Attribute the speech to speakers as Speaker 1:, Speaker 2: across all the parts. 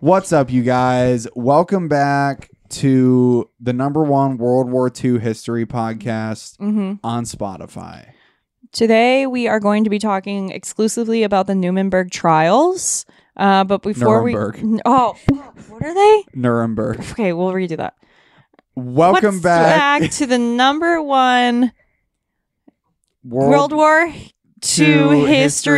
Speaker 1: What's up, you guys? Welcome back to the number one World War II history podcast
Speaker 2: hmm
Speaker 1: on Spotify.
Speaker 2: Today we are going to be talking exclusively about the Nuremberg trials. Uh, but before we,
Speaker 1: Nuremberg.
Speaker 2: oh, fuck, what are they?
Speaker 1: Nuremberg.
Speaker 2: Okay, we'll redo that.
Speaker 1: Welcome
Speaker 2: What's
Speaker 1: back,
Speaker 2: to the number one World War II
Speaker 1: Two
Speaker 2: history,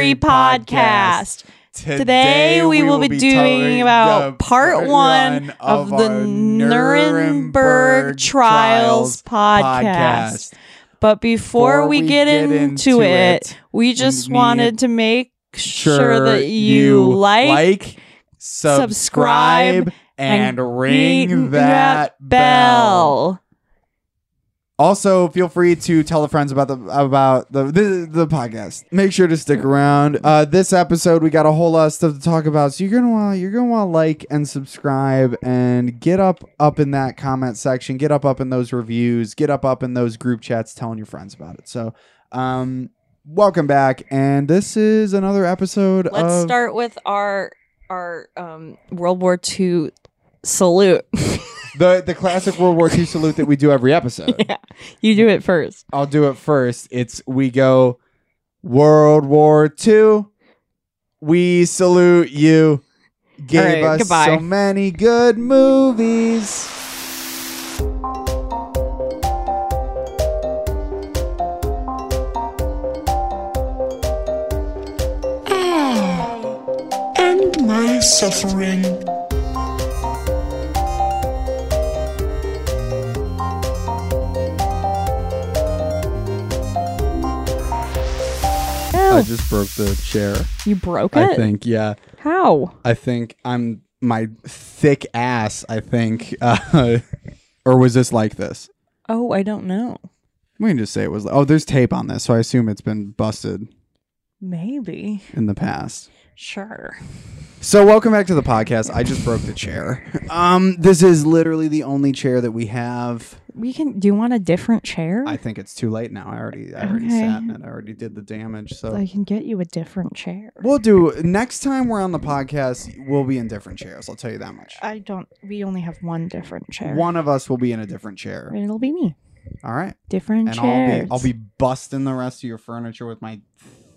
Speaker 1: History
Speaker 2: podcast.
Speaker 1: Today,
Speaker 2: Today we will be doing about
Speaker 1: the
Speaker 2: part one of the
Speaker 1: our
Speaker 2: Nuremberg Trials podcast. But before, we, get, into, it, we just
Speaker 1: need
Speaker 2: wanted to make sure, that you like,
Speaker 1: subscribe,
Speaker 2: subscribe,
Speaker 1: and, ring
Speaker 2: ring
Speaker 1: that
Speaker 2: that
Speaker 1: bell. Also, feel free to tell the friends about the about the, the the podcast. Make sure to stick around. Uh, this episode, we got a whole lot of stuff to talk about, so you're gonna want you're gonna want to like and subscribe and get up up in that comment section, get up up in those reviews, get up up in those group chats, telling your friends about it. So, um, welcome back, and this is another episode.
Speaker 2: Let's
Speaker 1: of-
Speaker 2: start with our our um, World War II salute.
Speaker 1: the the classic World War II salute that we do every episode.
Speaker 2: you do it first.
Speaker 1: I'll do it first. It's we go World War II. We salute you. Gave
Speaker 2: right,
Speaker 1: us
Speaker 2: goodbye.
Speaker 1: so many good movies.
Speaker 3: and my suffering.
Speaker 2: Oh,
Speaker 1: just broke the chair.
Speaker 2: you broke it.
Speaker 1: think. Yeah.
Speaker 2: How?
Speaker 1: I think I'm my thick ass. I think. Uh, or was this like this?
Speaker 2: Oh, I don't know.
Speaker 1: We can just say it was. Oh, there's tape on this, so I assume it's been busted
Speaker 2: Maybe.
Speaker 1: in the past.
Speaker 2: Sure.
Speaker 1: So welcome back to the podcast. I just broke the chair. Um, this is literally the only chair that we have.
Speaker 2: We can. Do you want a different chair?
Speaker 1: I think it's too late now. I already, I already
Speaker 2: Okay.
Speaker 1: sat in it. I already did the damage. So
Speaker 2: I can get you a different chair.
Speaker 1: we'll do next time we're on the podcast. We'll be in different chairs. I'll tell you that much.
Speaker 2: I don't. We only have one different chair.
Speaker 1: One of us will be in a different chair.
Speaker 2: And it'll be me.
Speaker 1: All right,
Speaker 2: Different
Speaker 1: and I'll
Speaker 2: chairs.
Speaker 1: be, I'll be busting the rest of your furniture with my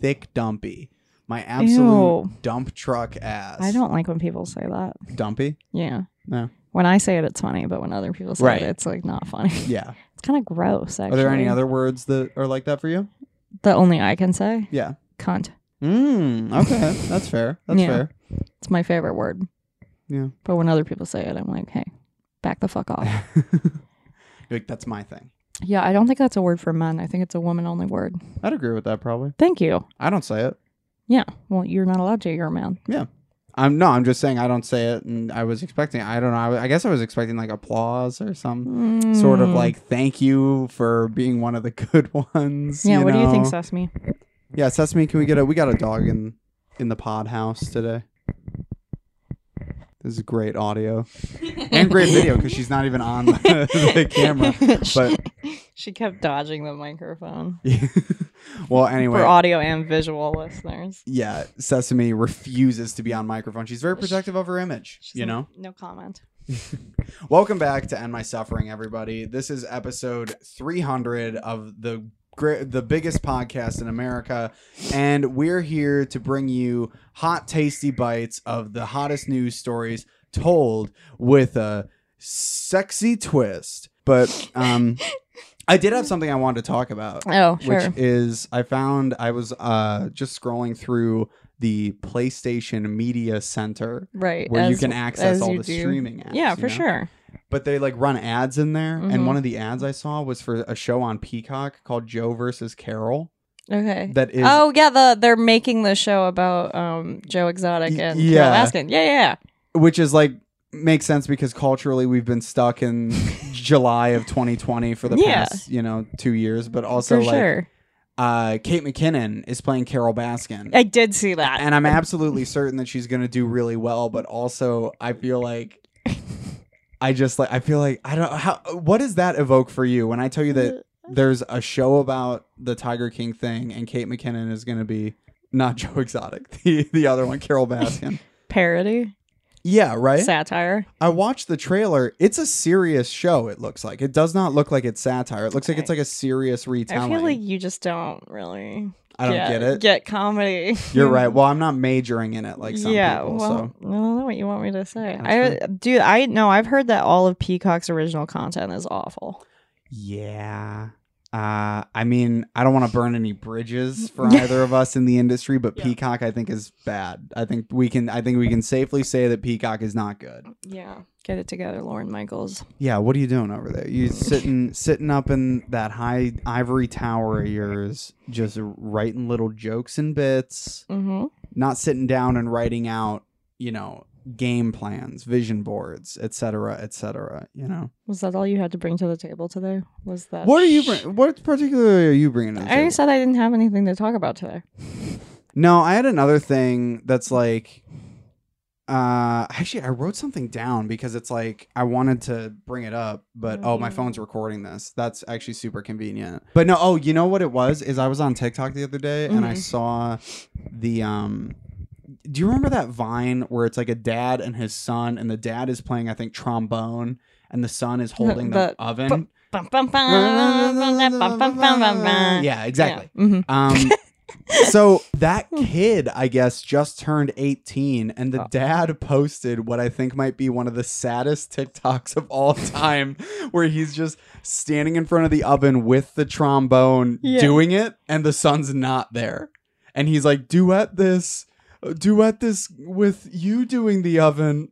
Speaker 1: thick dumpy, my absolute
Speaker 2: Ew.
Speaker 1: dump truck ass.
Speaker 2: I don't like when people say that.
Speaker 1: dumpy.
Speaker 2: Yeah.
Speaker 1: No.
Speaker 2: When I say it, it's funny, but when other people say
Speaker 1: Right.
Speaker 2: it, it's like not funny.
Speaker 1: Yeah.
Speaker 2: It's kind of gross.
Speaker 1: Are
Speaker 2: Actually.
Speaker 1: there any other words that are like that for you?
Speaker 2: The only I can say
Speaker 1: Yeah.
Speaker 2: cunt.
Speaker 1: Mm, okay, that's fair. That's
Speaker 2: Yeah.
Speaker 1: fair.
Speaker 2: It's my favorite word.
Speaker 1: Yeah.
Speaker 2: But when other people say it, I'm like, hey, back the fuck off.
Speaker 1: Like that's my thing.
Speaker 2: yeah, I don't think that's a word for men. I think it's a woman only word.
Speaker 1: I'd agree with that probably.
Speaker 2: Thank you.
Speaker 1: I don't say it.
Speaker 2: Yeah. Well, you're not allowed to. You're a man.
Speaker 1: I'm no. I'm just saying I don't say it, and I was expecting. I don't know. I, I guess I was expecting like applause or some sort of
Speaker 2: Mm.
Speaker 1: like thank you for being one of the good ones.
Speaker 2: Yeah. What do you think,
Speaker 1: know?
Speaker 2: Sesame?
Speaker 1: Yeah, Sesame. Can we get a? We got a dog in in the pod house today. This is great audio and great video because she's not even on the, the camera. But
Speaker 2: she kept dodging the microphone
Speaker 1: well, anyway,
Speaker 2: for audio and visual listeners.
Speaker 1: yeah, Sesame refuses to be on microphone. She's very protective of her image,
Speaker 2: She's
Speaker 1: you
Speaker 2: like,
Speaker 1: know?
Speaker 2: No comment.
Speaker 1: Welcome back to End My Suffering, everybody. This is episode 300 of the gre- the biggest podcast in America, and we're here to bring you hot, tasty bites of the hottest news stories told with a sexy twist. But um, I did have something I wanted to talk about.
Speaker 2: Oh, sure.
Speaker 1: which is I found I was uh just scrolling through the PlayStation Media Center
Speaker 2: right.
Speaker 1: where you
Speaker 2: as-
Speaker 1: can access
Speaker 2: as
Speaker 1: all
Speaker 2: you
Speaker 1: the
Speaker 2: do.
Speaker 1: streaming apps.
Speaker 2: Yeah,
Speaker 1: you
Speaker 2: for
Speaker 1: know?
Speaker 2: sure.
Speaker 1: But they like run ads in there, and
Speaker 2: Mhm.
Speaker 1: one of the ads I saw was for a show on Peacock called Joe versus Carol.
Speaker 2: Okay.
Speaker 1: That is
Speaker 2: oh yeah, the they're making the show about um Joe Exotic
Speaker 1: Y-
Speaker 2: and
Speaker 1: yeah.
Speaker 2: Carol Baskin. Yeah, yeah.
Speaker 1: which is like makes sense because culturally we've been stuck in July of 2020 for the
Speaker 2: Yeah.
Speaker 1: past you know two years, but also
Speaker 2: for
Speaker 1: like
Speaker 2: sure.
Speaker 1: uh, Kate McKinnon is playing Carol Baskin.
Speaker 2: I did see that.
Speaker 1: and I'm absolutely certain that she's gonna do really well. But also, I feel like I just like I feel like I don't how what does that evoke for you when I tell you
Speaker 2: Uh,
Speaker 1: that there's a show about the Tiger King thing and Kate McKinnon is gonna be not Joe Exotic, the the other one, Carol Baskin.
Speaker 2: parody.
Speaker 1: Yeah, right.
Speaker 2: satire.
Speaker 1: I watched the trailer. It's a serious show. It looks like it does not look like it's satire. It looks like it's like a serious
Speaker 2: I
Speaker 1: retelling.
Speaker 2: feel like you just don't really.
Speaker 1: I don't get it.
Speaker 2: Get comedy.
Speaker 1: You're right. Well, I'm not majoring in it like some people.
Speaker 2: Hmm. well,
Speaker 1: so
Speaker 2: I don't know what you want me to say. I
Speaker 1: That's
Speaker 2: dude, I know I've heard that all of Peacock's original content is awful.
Speaker 1: yeah. Uh, I mean, I don't want to burn any bridges for either of us in the industry, but
Speaker 2: Yeah.
Speaker 1: Peacock, I think, is bad. I think we can, I think we can safely say that Peacock is not good.
Speaker 2: Yeah, get it together, Lauren Michaels.
Speaker 1: Yeah, what are you doing over there? You sitting, sitting up in that high ivory tower of yours, just writing little jokes and bits.
Speaker 2: Mm-hmm.
Speaker 1: not sitting down and writing out, you know, game plans, vision boards, et cetera, et cetera, you know.
Speaker 2: Was that all you had to bring to the table today? Was that
Speaker 1: What are you bring, what particularly are you bringing to the
Speaker 2: Uh, I
Speaker 1: table?
Speaker 2: said I didn't have anything to talk about today.
Speaker 1: No, I had another thing that's like uh actually I wrote something down because it's like I wanted to bring it up, but oh, my
Speaker 2: Mhm.
Speaker 1: phone's recording this. That's actually super convenient. But no, oh, you know what it was is I was on TikTok the other day and I
Speaker 2: Mhm.
Speaker 1: saw the um do you remember that vine where it's like a dad and his son and the dad is playing I think trombone and the son is holding the,
Speaker 2: The-
Speaker 1: oven?
Speaker 2: Bum, bum, bum, bum, bum, bum, bum, bum, bum.
Speaker 1: Yeah, exactly.
Speaker 2: Yeah. Mhm.
Speaker 1: Um, so that kid, I guess, just turned 18, and the dad posted what I think might be one of the saddest TikToks of all time, where he's just standing in front of the oven with the trombone
Speaker 2: Yeah.
Speaker 1: doing it, and the son's not there. And he's like, duet this, duet this with you doing the oven.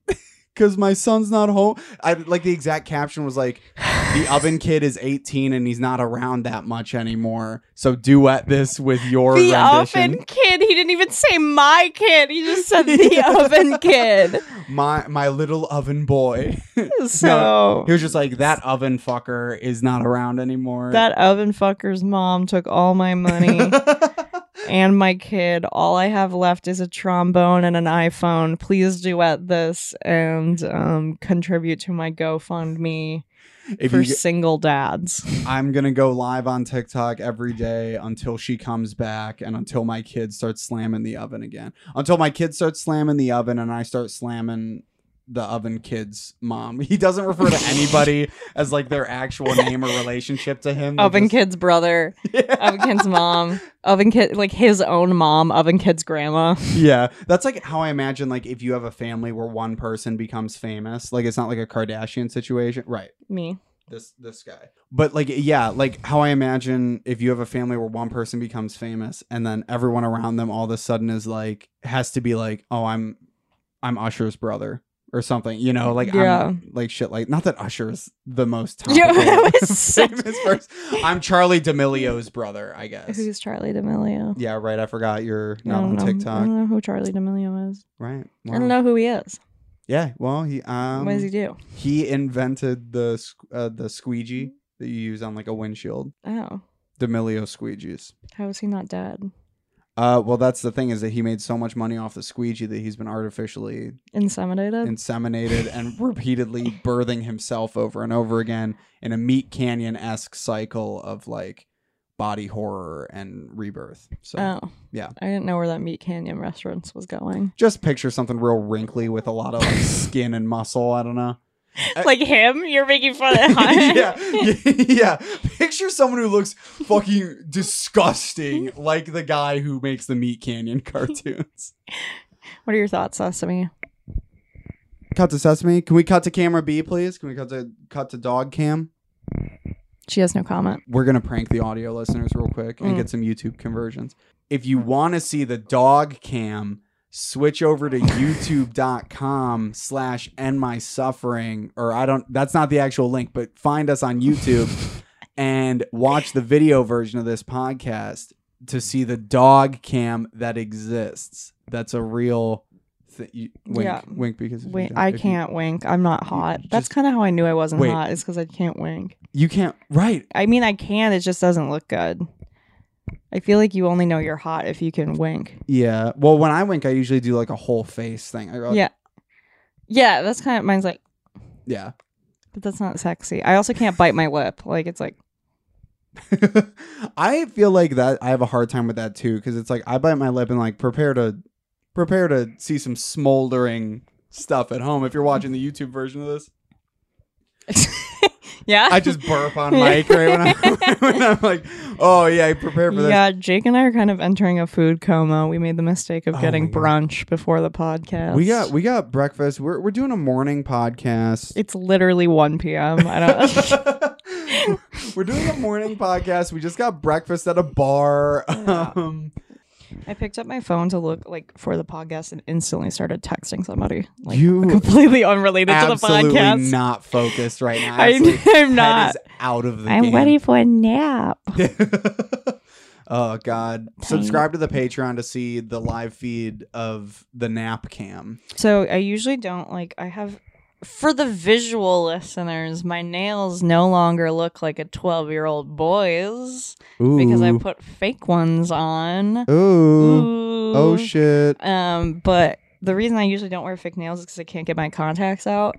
Speaker 1: Cause my son's not home. I like the exact caption was like, the oven kid is 18 and he's not around that much anymore. So duet this with your
Speaker 2: The
Speaker 1: rendition.
Speaker 2: oven kid. He didn't even say my kid. He just said the
Speaker 1: Yeah.
Speaker 2: oven kid.
Speaker 1: My my little oven boy.
Speaker 2: So
Speaker 1: He was just like that oven fucker is not around anymore.
Speaker 2: That oven fucker's mom took all my money and my kid. All I have left is a trombone and an iPhone. Please duet this and um, contribute to my GoFundMe
Speaker 1: if
Speaker 2: for
Speaker 1: you,
Speaker 2: single dads.
Speaker 1: I'm gonna go live on TikTok every day until she comes back and until my kid starts slamming the oven again. Until my kid starts slamming the oven and I start slamming the oven kid's mom. He doesn't refer to anybody as like their actual name or relationship to him. They
Speaker 2: Oven
Speaker 1: just-
Speaker 2: kid's brother,
Speaker 1: Yeah.
Speaker 2: oven kid's mom, oven kid like his own mom, oven kid's grandma.
Speaker 1: Yeah, that's like how I imagine like if you have a family where one person becomes famous, like it's not like a Kardashian situation, right?
Speaker 2: Me.
Speaker 1: This this guy. But like yeah, like how I imagine if you have a family where one person becomes famous and then everyone around them all of a sudden is like has to be like, "Oh, I'm I'm Usher's brother." Or something, you know, like
Speaker 2: Yeah.
Speaker 1: I'm like shit, like not that Usher is the most
Speaker 2: Yeah,
Speaker 1: topical,
Speaker 2: I was such-
Speaker 1: Oh, famous person. I'm Charlie D'Amelio's brother, I guess.
Speaker 2: Who's Charlie D'Amelio?
Speaker 1: yeah, right. I forgot you're
Speaker 2: I
Speaker 1: not
Speaker 2: don't
Speaker 1: on
Speaker 2: know. I
Speaker 1: TikTok,
Speaker 2: don't know who Charlie D'Amelio is.
Speaker 1: right?
Speaker 2: I
Speaker 1: wow.
Speaker 2: don't know who he is.
Speaker 1: Yeah, well, he um
Speaker 2: what does he do?
Speaker 1: he invented the squ- uh, the squeegee that you use on like a windshield,
Speaker 2: Oh,
Speaker 1: D'Amelio squeegees.
Speaker 2: how is he not dead?
Speaker 1: Uh, well, that's the thing is that he made so much money off the squeegee that he's been artificially
Speaker 2: Inseminated?
Speaker 1: inseminated and repeatedly birthing himself over and over again in a meat canyon esque cycle of like body horror and rebirth. So
Speaker 2: Oh.
Speaker 1: yeah.
Speaker 2: I didn't know where that Meat Canyon reference was going.
Speaker 1: just picture something real wrinkly with a lot of like, skin and muscle. I don't know. I-
Speaker 2: like him? You're making fun of him?
Speaker 1: yeah, yeah. Picture someone who looks fucking disgusting, like the guy who makes the Meat Canyon cartoons.
Speaker 2: What are your thoughts, Sesame?
Speaker 1: Cut to sesame. Can we cut to camera B, please? Can we cut to cut to dog cam?
Speaker 2: She has no comment.
Speaker 1: We're gonna prank the audio listeners real quick and
Speaker 2: Mm.
Speaker 1: get some YouTube conversions. If you want to see the dog cam, switch over to youtube.com slash end my suffering or i don't that's not the actual link but find us on youtube and watch the video version of this podcast to see the dog cam that exists that's a real thi- you- wink
Speaker 2: Yeah.
Speaker 1: wink because if you
Speaker 2: Wait,
Speaker 1: don't-
Speaker 2: I
Speaker 1: if you-
Speaker 2: can't wink. I'm not hot. That's
Speaker 1: just-
Speaker 2: kind of how I knew I wasn't
Speaker 1: Wait.
Speaker 2: hot, is because I can't wink.
Speaker 1: you, can't right
Speaker 2: I mean, I can, it just doesn't look good. I feel like you only know you're hot if you can wink.
Speaker 1: yeah well when i wink i usually do like a whole face thing I go,
Speaker 2: Yeah. Yeah, that's kind of mine's like,
Speaker 1: yeah
Speaker 2: but that's not sexy. I also can't bite my lip. Like, it's like,
Speaker 1: I feel like that I have a hard time with that too because it's like I bite my lip and like prepare to prepare to see some smoldering stuff at home. If you're watching the YouTube version of this,
Speaker 2: yeah.
Speaker 1: I just burp on mic right when I'm, when I'm like, oh yeah, I prepare for this.
Speaker 2: Yeah, Jake and I are kind of entering a food coma. We made the mistake of
Speaker 1: Oh my
Speaker 2: getting
Speaker 1: God.
Speaker 2: brunch before the podcast.
Speaker 1: We got we got breakfast. We're we're doing a morning podcast.
Speaker 2: It's literally 1 p.m. I don't.
Speaker 1: we're doing a morning podcast. We just got breakfast at a bar.
Speaker 2: Yeah.
Speaker 1: Um,
Speaker 2: I picked up my phone to look like for the podcast and instantly started texting somebody. Like
Speaker 1: You
Speaker 2: completely unrelated to the
Speaker 1: absolutely
Speaker 2: podcast.
Speaker 1: not focused right now.
Speaker 2: I,
Speaker 1: Absolute
Speaker 2: I'm
Speaker 1: head
Speaker 2: not.
Speaker 1: is out of the
Speaker 2: I'm
Speaker 1: game.
Speaker 2: ready for a nap.
Speaker 1: oh God!
Speaker 2: Tiny.
Speaker 1: Subscribe to the Patreon to see the live feed of the nap cam.
Speaker 2: So I usually don't like I have for the visual listeners, my nails no longer look like a 12-year-old boy's because I put fake ones on.
Speaker 1: Ooh. Ooh. Oh
Speaker 2: Ooh.
Speaker 1: shit!
Speaker 2: Um, but the reason I usually don't wear fake nails is because I can't get my contacts out.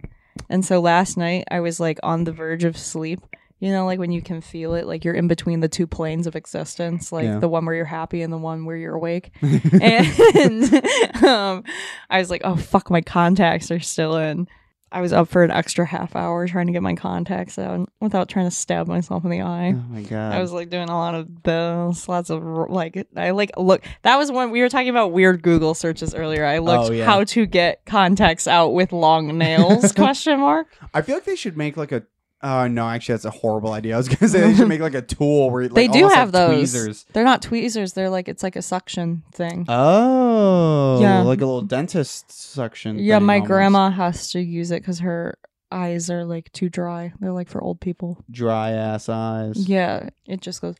Speaker 2: And so last night I was like on the verge of sleep. You know, like when you can feel it, like you're in between the two planes of existence, like
Speaker 1: Yeah.
Speaker 2: the one where you're happy and the one where you're awake. and um, I was like, oh, fuck, my contacts are still in. I was up for an extra half hour trying to get my contacts out without trying to stab myself in the eye.
Speaker 1: Oh my God!
Speaker 2: I was like doing a lot of those, lots of like I like look. That was when we were talking about weird Google searches earlier. I looked
Speaker 1: Oh, yeah.
Speaker 2: how to get contacts out with long nails? question mark.
Speaker 1: I feel like they should make like a. Oh no! Actually, that's a horrible idea. I was gonna say they should make like a tool where you, like,
Speaker 2: They do
Speaker 1: almost
Speaker 2: have those.
Speaker 1: Tweezers.
Speaker 2: They're not tweezers. They're like it's like a suction thing.
Speaker 1: Oh,
Speaker 2: Yeah.
Speaker 1: like a little dentist suction.
Speaker 2: yeah,
Speaker 1: thing
Speaker 2: my
Speaker 1: almost.
Speaker 2: grandma has to use it because her eyes are like too dry. They're like for old people.
Speaker 1: dry ass eyes.
Speaker 2: Yeah, it just goes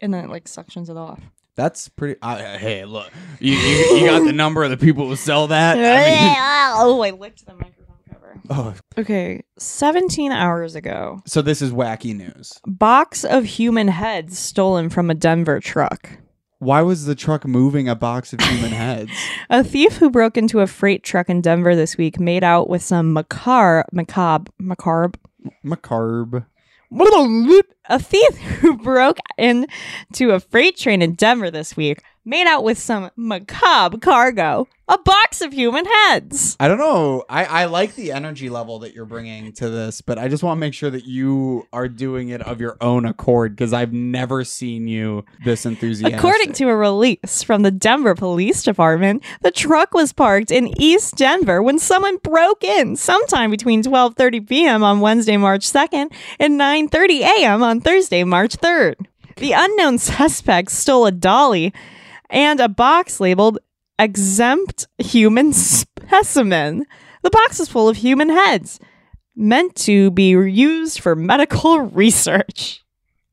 Speaker 2: and then it like suctions it off.
Speaker 1: that's pretty. I, I- hey, look, you, you, you got the number of the people who sell that. I mean-
Speaker 2: oh, I licked the microphone cover.
Speaker 1: oh,
Speaker 2: Okay, 17 hours ago.
Speaker 1: so this is wacky news.
Speaker 2: Box of human heads stolen from a Denver truck.
Speaker 1: Why was the truck moving a box of human heads?
Speaker 2: A thief who broke into a freight truck in Denver this week made out with some macar macabre macabre.
Speaker 1: Macarb.
Speaker 2: A thief who broke into a freight train in Denver this week made out with some macabre cargo, a box of human heads.
Speaker 1: I don't know. I, I like the energy level that you're bringing to this, but I just want to make sure that you are doing it of your own accord because I've never seen you this enthusiastic.
Speaker 2: According to a release from the Denver Police Department, the truck was parked in East Denver when someone broke in sometime between 12:30 p.m. on Wednesday, March 2nd and 9:30 a.m. on Thursday, March 3rd. The unknown suspect stole a dolly and a box labeled exempt human specimen. The box was full of human heads meant to be used for medical research.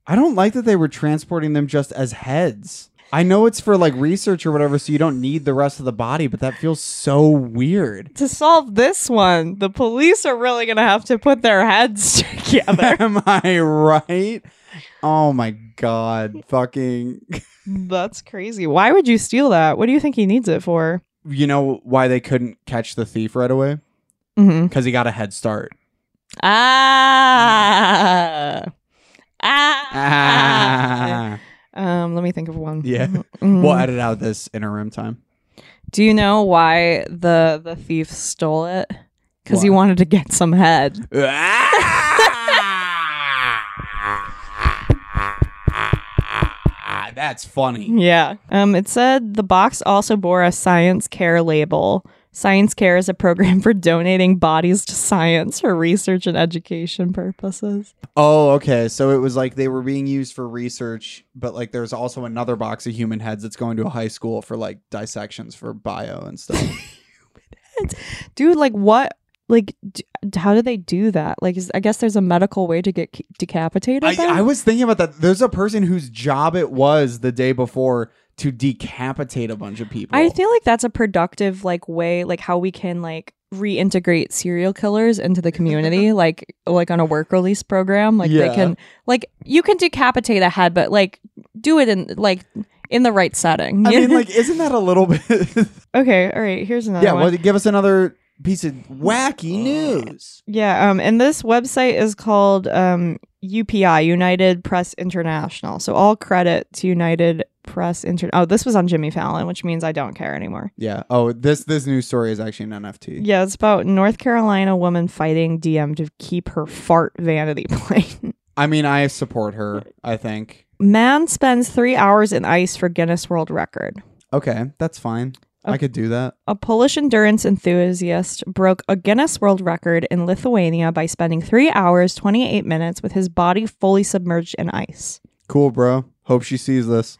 Speaker 1: I don't like that they were transporting them just as heads. I know it's for like research or whatever, so you don't need the rest of the body, but that feels so weird.
Speaker 2: to solve this one, the police are really going to have to put their heads together.
Speaker 1: Am I right? Oh my god, fucking!
Speaker 2: That's crazy. Why would you steal that? What do you think he needs it for?
Speaker 1: You know why they couldn't catch the thief right away?
Speaker 2: Mm-hmm.
Speaker 1: Because he got a head start.
Speaker 2: Ah. Ah.
Speaker 1: Ah,
Speaker 2: Um, let me think of one.
Speaker 1: yeah.
Speaker 2: Mhm.
Speaker 1: We'll edit out this interim time.
Speaker 2: Do you know why the the thief stole it? Because he
Speaker 1: Why?
Speaker 2: wanted to get some head.
Speaker 1: Ah! That's funny.
Speaker 2: Yeah. Um, it said the box also bore a science care label. Science Care is a program for donating bodies to science for research and education purposes.
Speaker 1: Oh, okay. So it was like they were being used for research, but like there's also another box of human heads that's going to a high school for like dissections for bio and stuff.
Speaker 2: Dude, like what? Like, d- how do they do that? Like, is, I guess there's a medical way to get c- decapitated.
Speaker 1: I,
Speaker 2: then?
Speaker 1: I was thinking about that. There's a person whose job it was the day before to decapitate a bunch of people.
Speaker 2: I feel like that's a productive like way, like how we can like reintegrate serial killers into the community, like like on a work release program. Like
Speaker 1: Yeah.
Speaker 2: they can like you can decapitate a head, but like do it in like in the right setting.
Speaker 1: I
Speaker 2: you
Speaker 1: mean,
Speaker 2: know?
Speaker 1: like, isn't that a little bit?
Speaker 2: okay, all right. Here's another
Speaker 1: yeah.
Speaker 2: one.
Speaker 1: Well, give us another piece of wacky news.
Speaker 2: yeah, um, and this website is called um UPI, United Press International. So all credit to United Press Inter. Oh, this was on Jimmy Fallon, which means I don't care anymore.
Speaker 1: Yeah. Oh, this this news story is actually an NFT.
Speaker 2: Yeah, it's about North Carolina woman fighting DM to keep her fart vanity plate.
Speaker 1: I mean, I support her. I think.
Speaker 2: Man spends three hours in ice for Guinness World Record.
Speaker 1: Okay, that's fine. I
Speaker 2: Okay.
Speaker 1: could do that.
Speaker 2: A Polish endurance enthusiast broke a Guinness World Record in Lithuania by spending three hours, 28 minutes with his body fully submerged in ice.
Speaker 1: Cool, bro. Hope she sees this.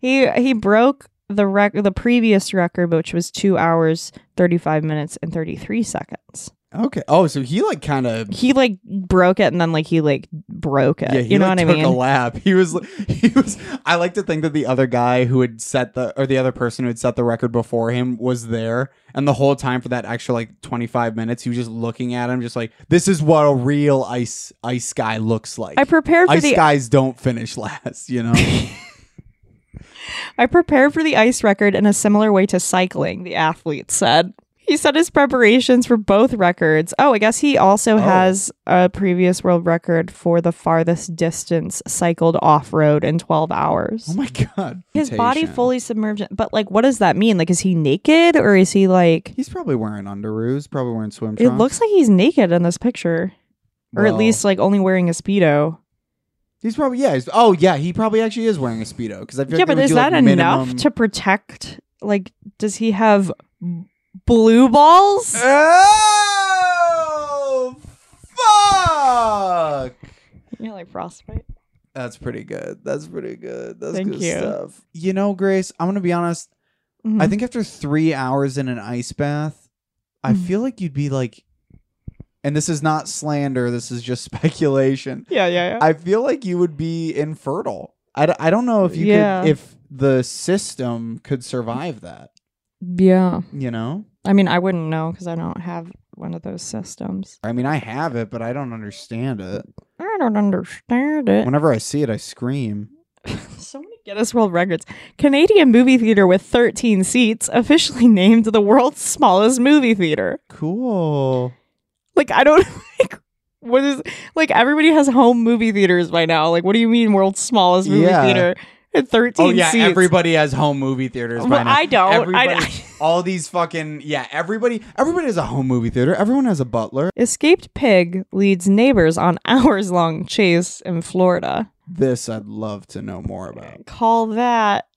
Speaker 2: he he broke the rec- the previous record, which was two hours thirty five minutes and thirty three seconds.
Speaker 1: Okay. Oh, so he like kind of.
Speaker 2: He like broke it, and then like he like broke it.
Speaker 1: Yeah, he
Speaker 2: you know
Speaker 1: like,
Speaker 2: what
Speaker 1: took
Speaker 2: I mean?
Speaker 1: a lap. He was, he was. I like to think that the other guy who had set the, or the other person who had set the record before him was there, and the whole time for that extra like twenty five minutes, he was just looking at him, just like, "This is what a real ice ice guy looks like."
Speaker 2: I prepared for
Speaker 1: ice
Speaker 2: the
Speaker 1: guys don't finish last, you know.
Speaker 2: I prepared for the ice record in a similar way to cycling. The athlete said. He said his preparations for both records. Oh, I guess he also has a previous world record for the farthest distance cycled off road in 12 hours.
Speaker 1: oh my god,
Speaker 2: his body
Speaker 1: Mutation.
Speaker 2: fully submerged but like what does that mean like is he naked or is he like
Speaker 1: He's probably wearing underoos. Probably wearing swim
Speaker 2: it
Speaker 1: trunks.
Speaker 2: looks like he's naked in this picture or at
Speaker 1: Well,
Speaker 2: least like only wearing a speedo
Speaker 1: he's probably yeah. He's, oh yeah, he probably actually is wearing a speedo because I feel
Speaker 2: yeah
Speaker 1: like they
Speaker 2: but
Speaker 1: would
Speaker 2: is
Speaker 1: do,
Speaker 2: that
Speaker 1: like,
Speaker 2: enough
Speaker 1: minimum-
Speaker 2: to protect like does he have b- blue balls
Speaker 1: Oh fuck!
Speaker 2: you're like frostbite
Speaker 1: That's pretty good. That's pretty good. That's
Speaker 2: Thank
Speaker 1: good
Speaker 2: you. Hmm.
Speaker 1: stuff. You know, Grace, I'm gonna be honest.
Speaker 2: Mm-hmm.
Speaker 1: I think after three hours in an ice bath, I
Speaker 2: Mhm.
Speaker 1: feel like you'd be like, and this is not slander. This is just speculation.
Speaker 2: yeah yeah yeah
Speaker 1: I feel like you would be infertile. I, d- I don't know if you
Speaker 2: Yeah.
Speaker 1: could, if the system could survive that,
Speaker 2: yeah
Speaker 1: you know?
Speaker 2: i mean i wouldn't know because i don't have one of those systems
Speaker 1: I mean, I have it, but I don't understand it.
Speaker 2: i don't understand it
Speaker 1: Whenever I see it, I scream.
Speaker 2: So many Guinness World Records. Canadian movie theater with 13 seats, officially named the world's smallest movie theater.
Speaker 1: Cool.
Speaker 2: Like, I don't like what is like everybody has home movie theaters by now. Like, what do you mean world's smallest movie
Speaker 1: Yeah.
Speaker 2: theater? At 13
Speaker 1: Oh, yeah.
Speaker 2: seats.
Speaker 1: Everybody has home movie theaters by
Speaker 2: Well,
Speaker 1: now.
Speaker 2: I don't. I,
Speaker 1: Everybody- All these fucking, yeah, everybody, everybody has a home movie theater. Everyone has a butler.
Speaker 2: Escaped pig leads neighbors on hours long chase in Florida.
Speaker 1: This I'd love to know more about.
Speaker 2: Call that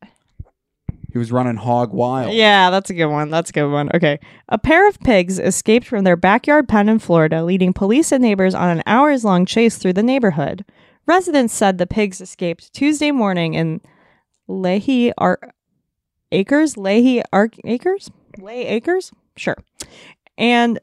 Speaker 1: He was running hog wild.
Speaker 2: Yeah, that's a good one. That's a good one. Okay. A pair of pigs escaped from their backyard pen in Florida, leading police and neighbors on an hours long chase through the neighborhood. Residents said the pigs escaped Tuesday morning in Leahy Ar- Acres? Leahy Ar- Acres? Lay Acres? Sure. And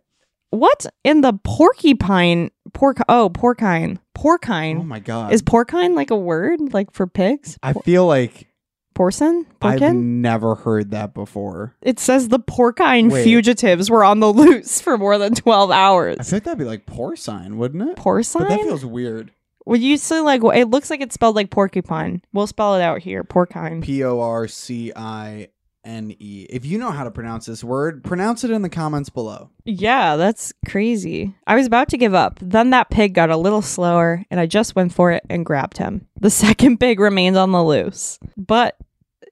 Speaker 2: what in the porcupine? Porc- oh, porcine.
Speaker 1: Oh
Speaker 2: Porcine.
Speaker 1: my God.
Speaker 2: Is porcine like a word, like for pigs?
Speaker 1: I feel like
Speaker 2: Porcine?
Speaker 1: I've
Speaker 2: Porcine?
Speaker 1: never heard that before.
Speaker 2: It says the porcine
Speaker 1: Wait.
Speaker 2: fugitives were on the loose for more than 12
Speaker 1: I
Speaker 2: hours.
Speaker 1: feel like that'd be like porcine, wouldn't it? But that
Speaker 2: Porcine?
Speaker 1: feels weird.
Speaker 2: Well, you say like, well, it looks like it's spelled like porcupine. We'll spell it out here porcine.
Speaker 1: P O R C I N E. If you know how to pronounce this word, pronounce it in the comments below.
Speaker 2: yeah, that's crazy. I was about to give up. Then that pig got a little slower, and I just went for it and grabbed him. The second pig remained on the loose, but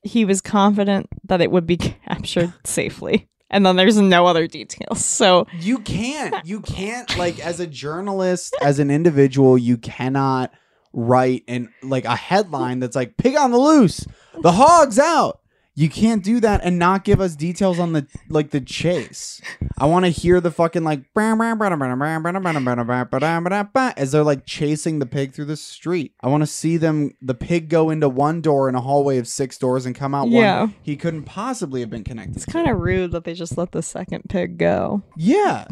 Speaker 2: he was confident that it would be captured safely. And then there's no other details. So,
Speaker 1: You can't. You can't like as a journalist, as an individual, you cannot write and like a headline that's like pig on the loose, the hog's out. You can't do that and not give us details on the like the chase. I want to hear the fucking like as they're like chasing the pig through the street. I want to see them the pig go into one door in a hallway of six doors and come out
Speaker 2: Yeah.
Speaker 1: one he couldn't possibly have been connected.
Speaker 2: it's kind of rude that they just let the second pig go.
Speaker 1: yeah.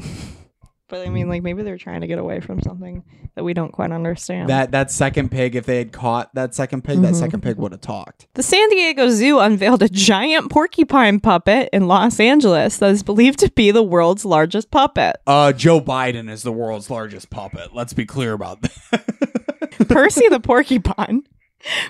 Speaker 2: But I mean, like maybe they're trying to get away from something that we don't quite understand.
Speaker 1: That that second pig, if they had caught that second pig, that
Speaker 2: Mhm.
Speaker 1: second pig would have talked.
Speaker 2: the San Diego Zoo unveiled a giant porcupine puppet in Los Angeles that is believed to be the world's largest puppet.
Speaker 1: Uh, Joe Biden is the world's largest puppet. Let's be clear about that.
Speaker 2: Percy the porcupine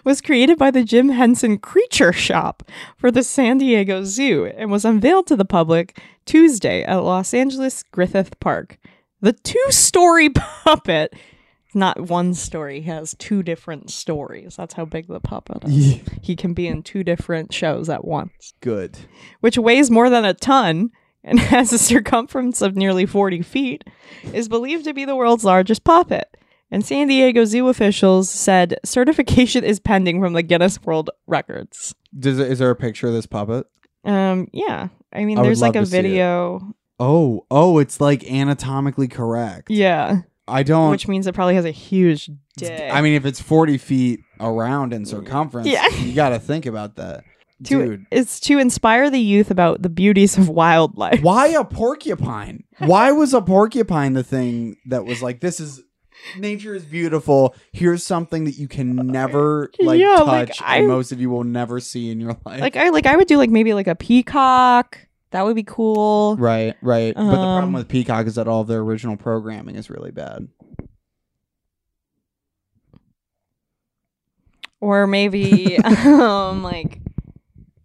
Speaker 2: was created by the Jim Henson Creature Shop for the San Diego Zoo and was unveiled to the public Tuesday at Los Angeles Griffith Park. The two story puppet not one story. He has two different stories. That's how big the puppet is.
Speaker 1: Yeah.
Speaker 2: He can be in two different shows at once,
Speaker 1: Good.
Speaker 2: which weighs more than a ton and has a circumference of nearly 40 feet, is believed to be the world's largest puppet. And San Diego zoo officials said certification is pending from the Guinness World Records.
Speaker 1: Does it, is there a picture of this puppet?
Speaker 2: Um, yeah. I mean,
Speaker 1: I would
Speaker 2: there's like
Speaker 1: love
Speaker 2: a
Speaker 1: to see it.
Speaker 2: video.
Speaker 1: Oh, oh, it's like anatomically correct.
Speaker 2: Yeah.
Speaker 1: I don't.
Speaker 2: Which means it probably has a huge dick.
Speaker 1: I mean, if it's forty feet around in circumference,
Speaker 2: Yeah.
Speaker 1: you got to think about that,
Speaker 2: to,
Speaker 1: dude.
Speaker 2: It's to inspire the youth about the beauties of wildlife.
Speaker 1: Why a porcupine? Why was a porcupine the thing that was like this is nature is beautiful. Here's something that you can never like
Speaker 2: Yeah, like,
Speaker 1: touch,
Speaker 2: I-
Speaker 1: and most of you will never see in your life.
Speaker 2: Like I like I would do like maybe like a peacock. That would be cool.
Speaker 1: right, right. but the problem
Speaker 2: Um,
Speaker 1: with Peacock is that all of their original programming is really bad.
Speaker 2: Or maybe um like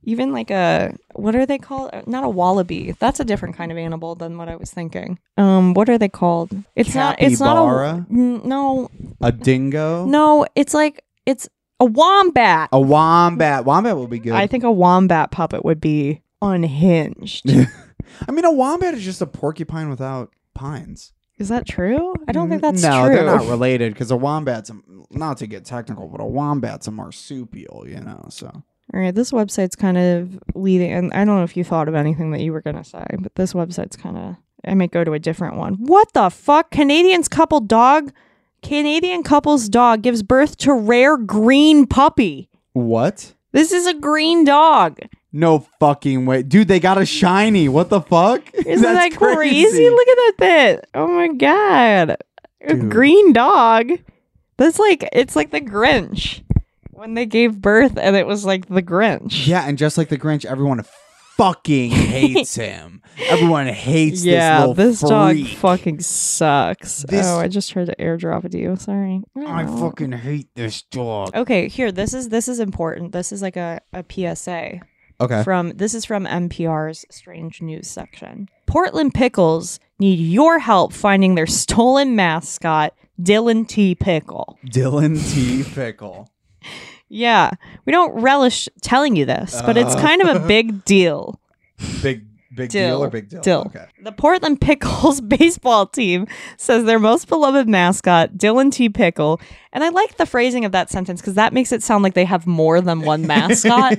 Speaker 2: even like a what are they called? Uh, Not a wallaby. That's a different kind of animal than what I was thinking. Um what are they called? It's not it's
Speaker 1: Capybara?
Speaker 2: not a Mm, no.
Speaker 1: A dingo,
Speaker 2: No, it's like it's a wombat.
Speaker 1: a wombat. Wombat will be good.
Speaker 2: I think a wombat puppet would be unhinged.
Speaker 1: I mean, a wombat is just a porcupine without pines.
Speaker 2: Is that true? I don't think that's
Speaker 1: no,
Speaker 2: true.
Speaker 1: they're not related because a wombat's a, not to get technical, but a wombat's a marsupial, you know. So
Speaker 2: All right, this website's kind of leading, and I don't know if you thought of anything that you were gonna say, but this website's kind of. I might go to a different one. What the fuck? Canadians couple dog. Canadian couple's dog gives birth to rare green puppy.
Speaker 1: what?
Speaker 2: This is a green dog.
Speaker 1: No fucking way, dude! They got a shiny. What the fuck?
Speaker 2: Isn't that crazy? Look at that thing. Oh my god. A
Speaker 1: Dude.
Speaker 2: green dog. That's like it's like the Grinch. When they gave birth and it was like the Grinch.
Speaker 1: Yeah, and just like the Grinch, everyone fucking hates him. Everyone hates
Speaker 2: yeah,
Speaker 1: this
Speaker 2: this,
Speaker 1: little
Speaker 2: dog
Speaker 1: freak.
Speaker 2: fucking sucks.
Speaker 1: This-
Speaker 2: Oh, I just tried to airdrop it to you. Sorry.
Speaker 1: I
Speaker 2: Oh.
Speaker 1: fucking hate this dog.
Speaker 2: Okay, here. This is this is important. This is like a, a PSA.
Speaker 1: Okay.
Speaker 2: from this is from NPR's Strange News section. Portland Pickles need your help finding their stolen mascot, Dylan T. Pickle.
Speaker 1: Dylan T. Pickle.
Speaker 2: Yeah, we don't relish telling you this, but it's
Speaker 1: Uh.
Speaker 2: kind of a big deal.
Speaker 1: Big big deal,
Speaker 2: Dill.
Speaker 1: or big deal?
Speaker 2: Dill.
Speaker 1: Okay.
Speaker 2: The Portland Pickles baseball team says their most beloved mascot, Dylan T. Pickle. And I like the phrasing of that sentence because that makes it sound like they have more than one mascot.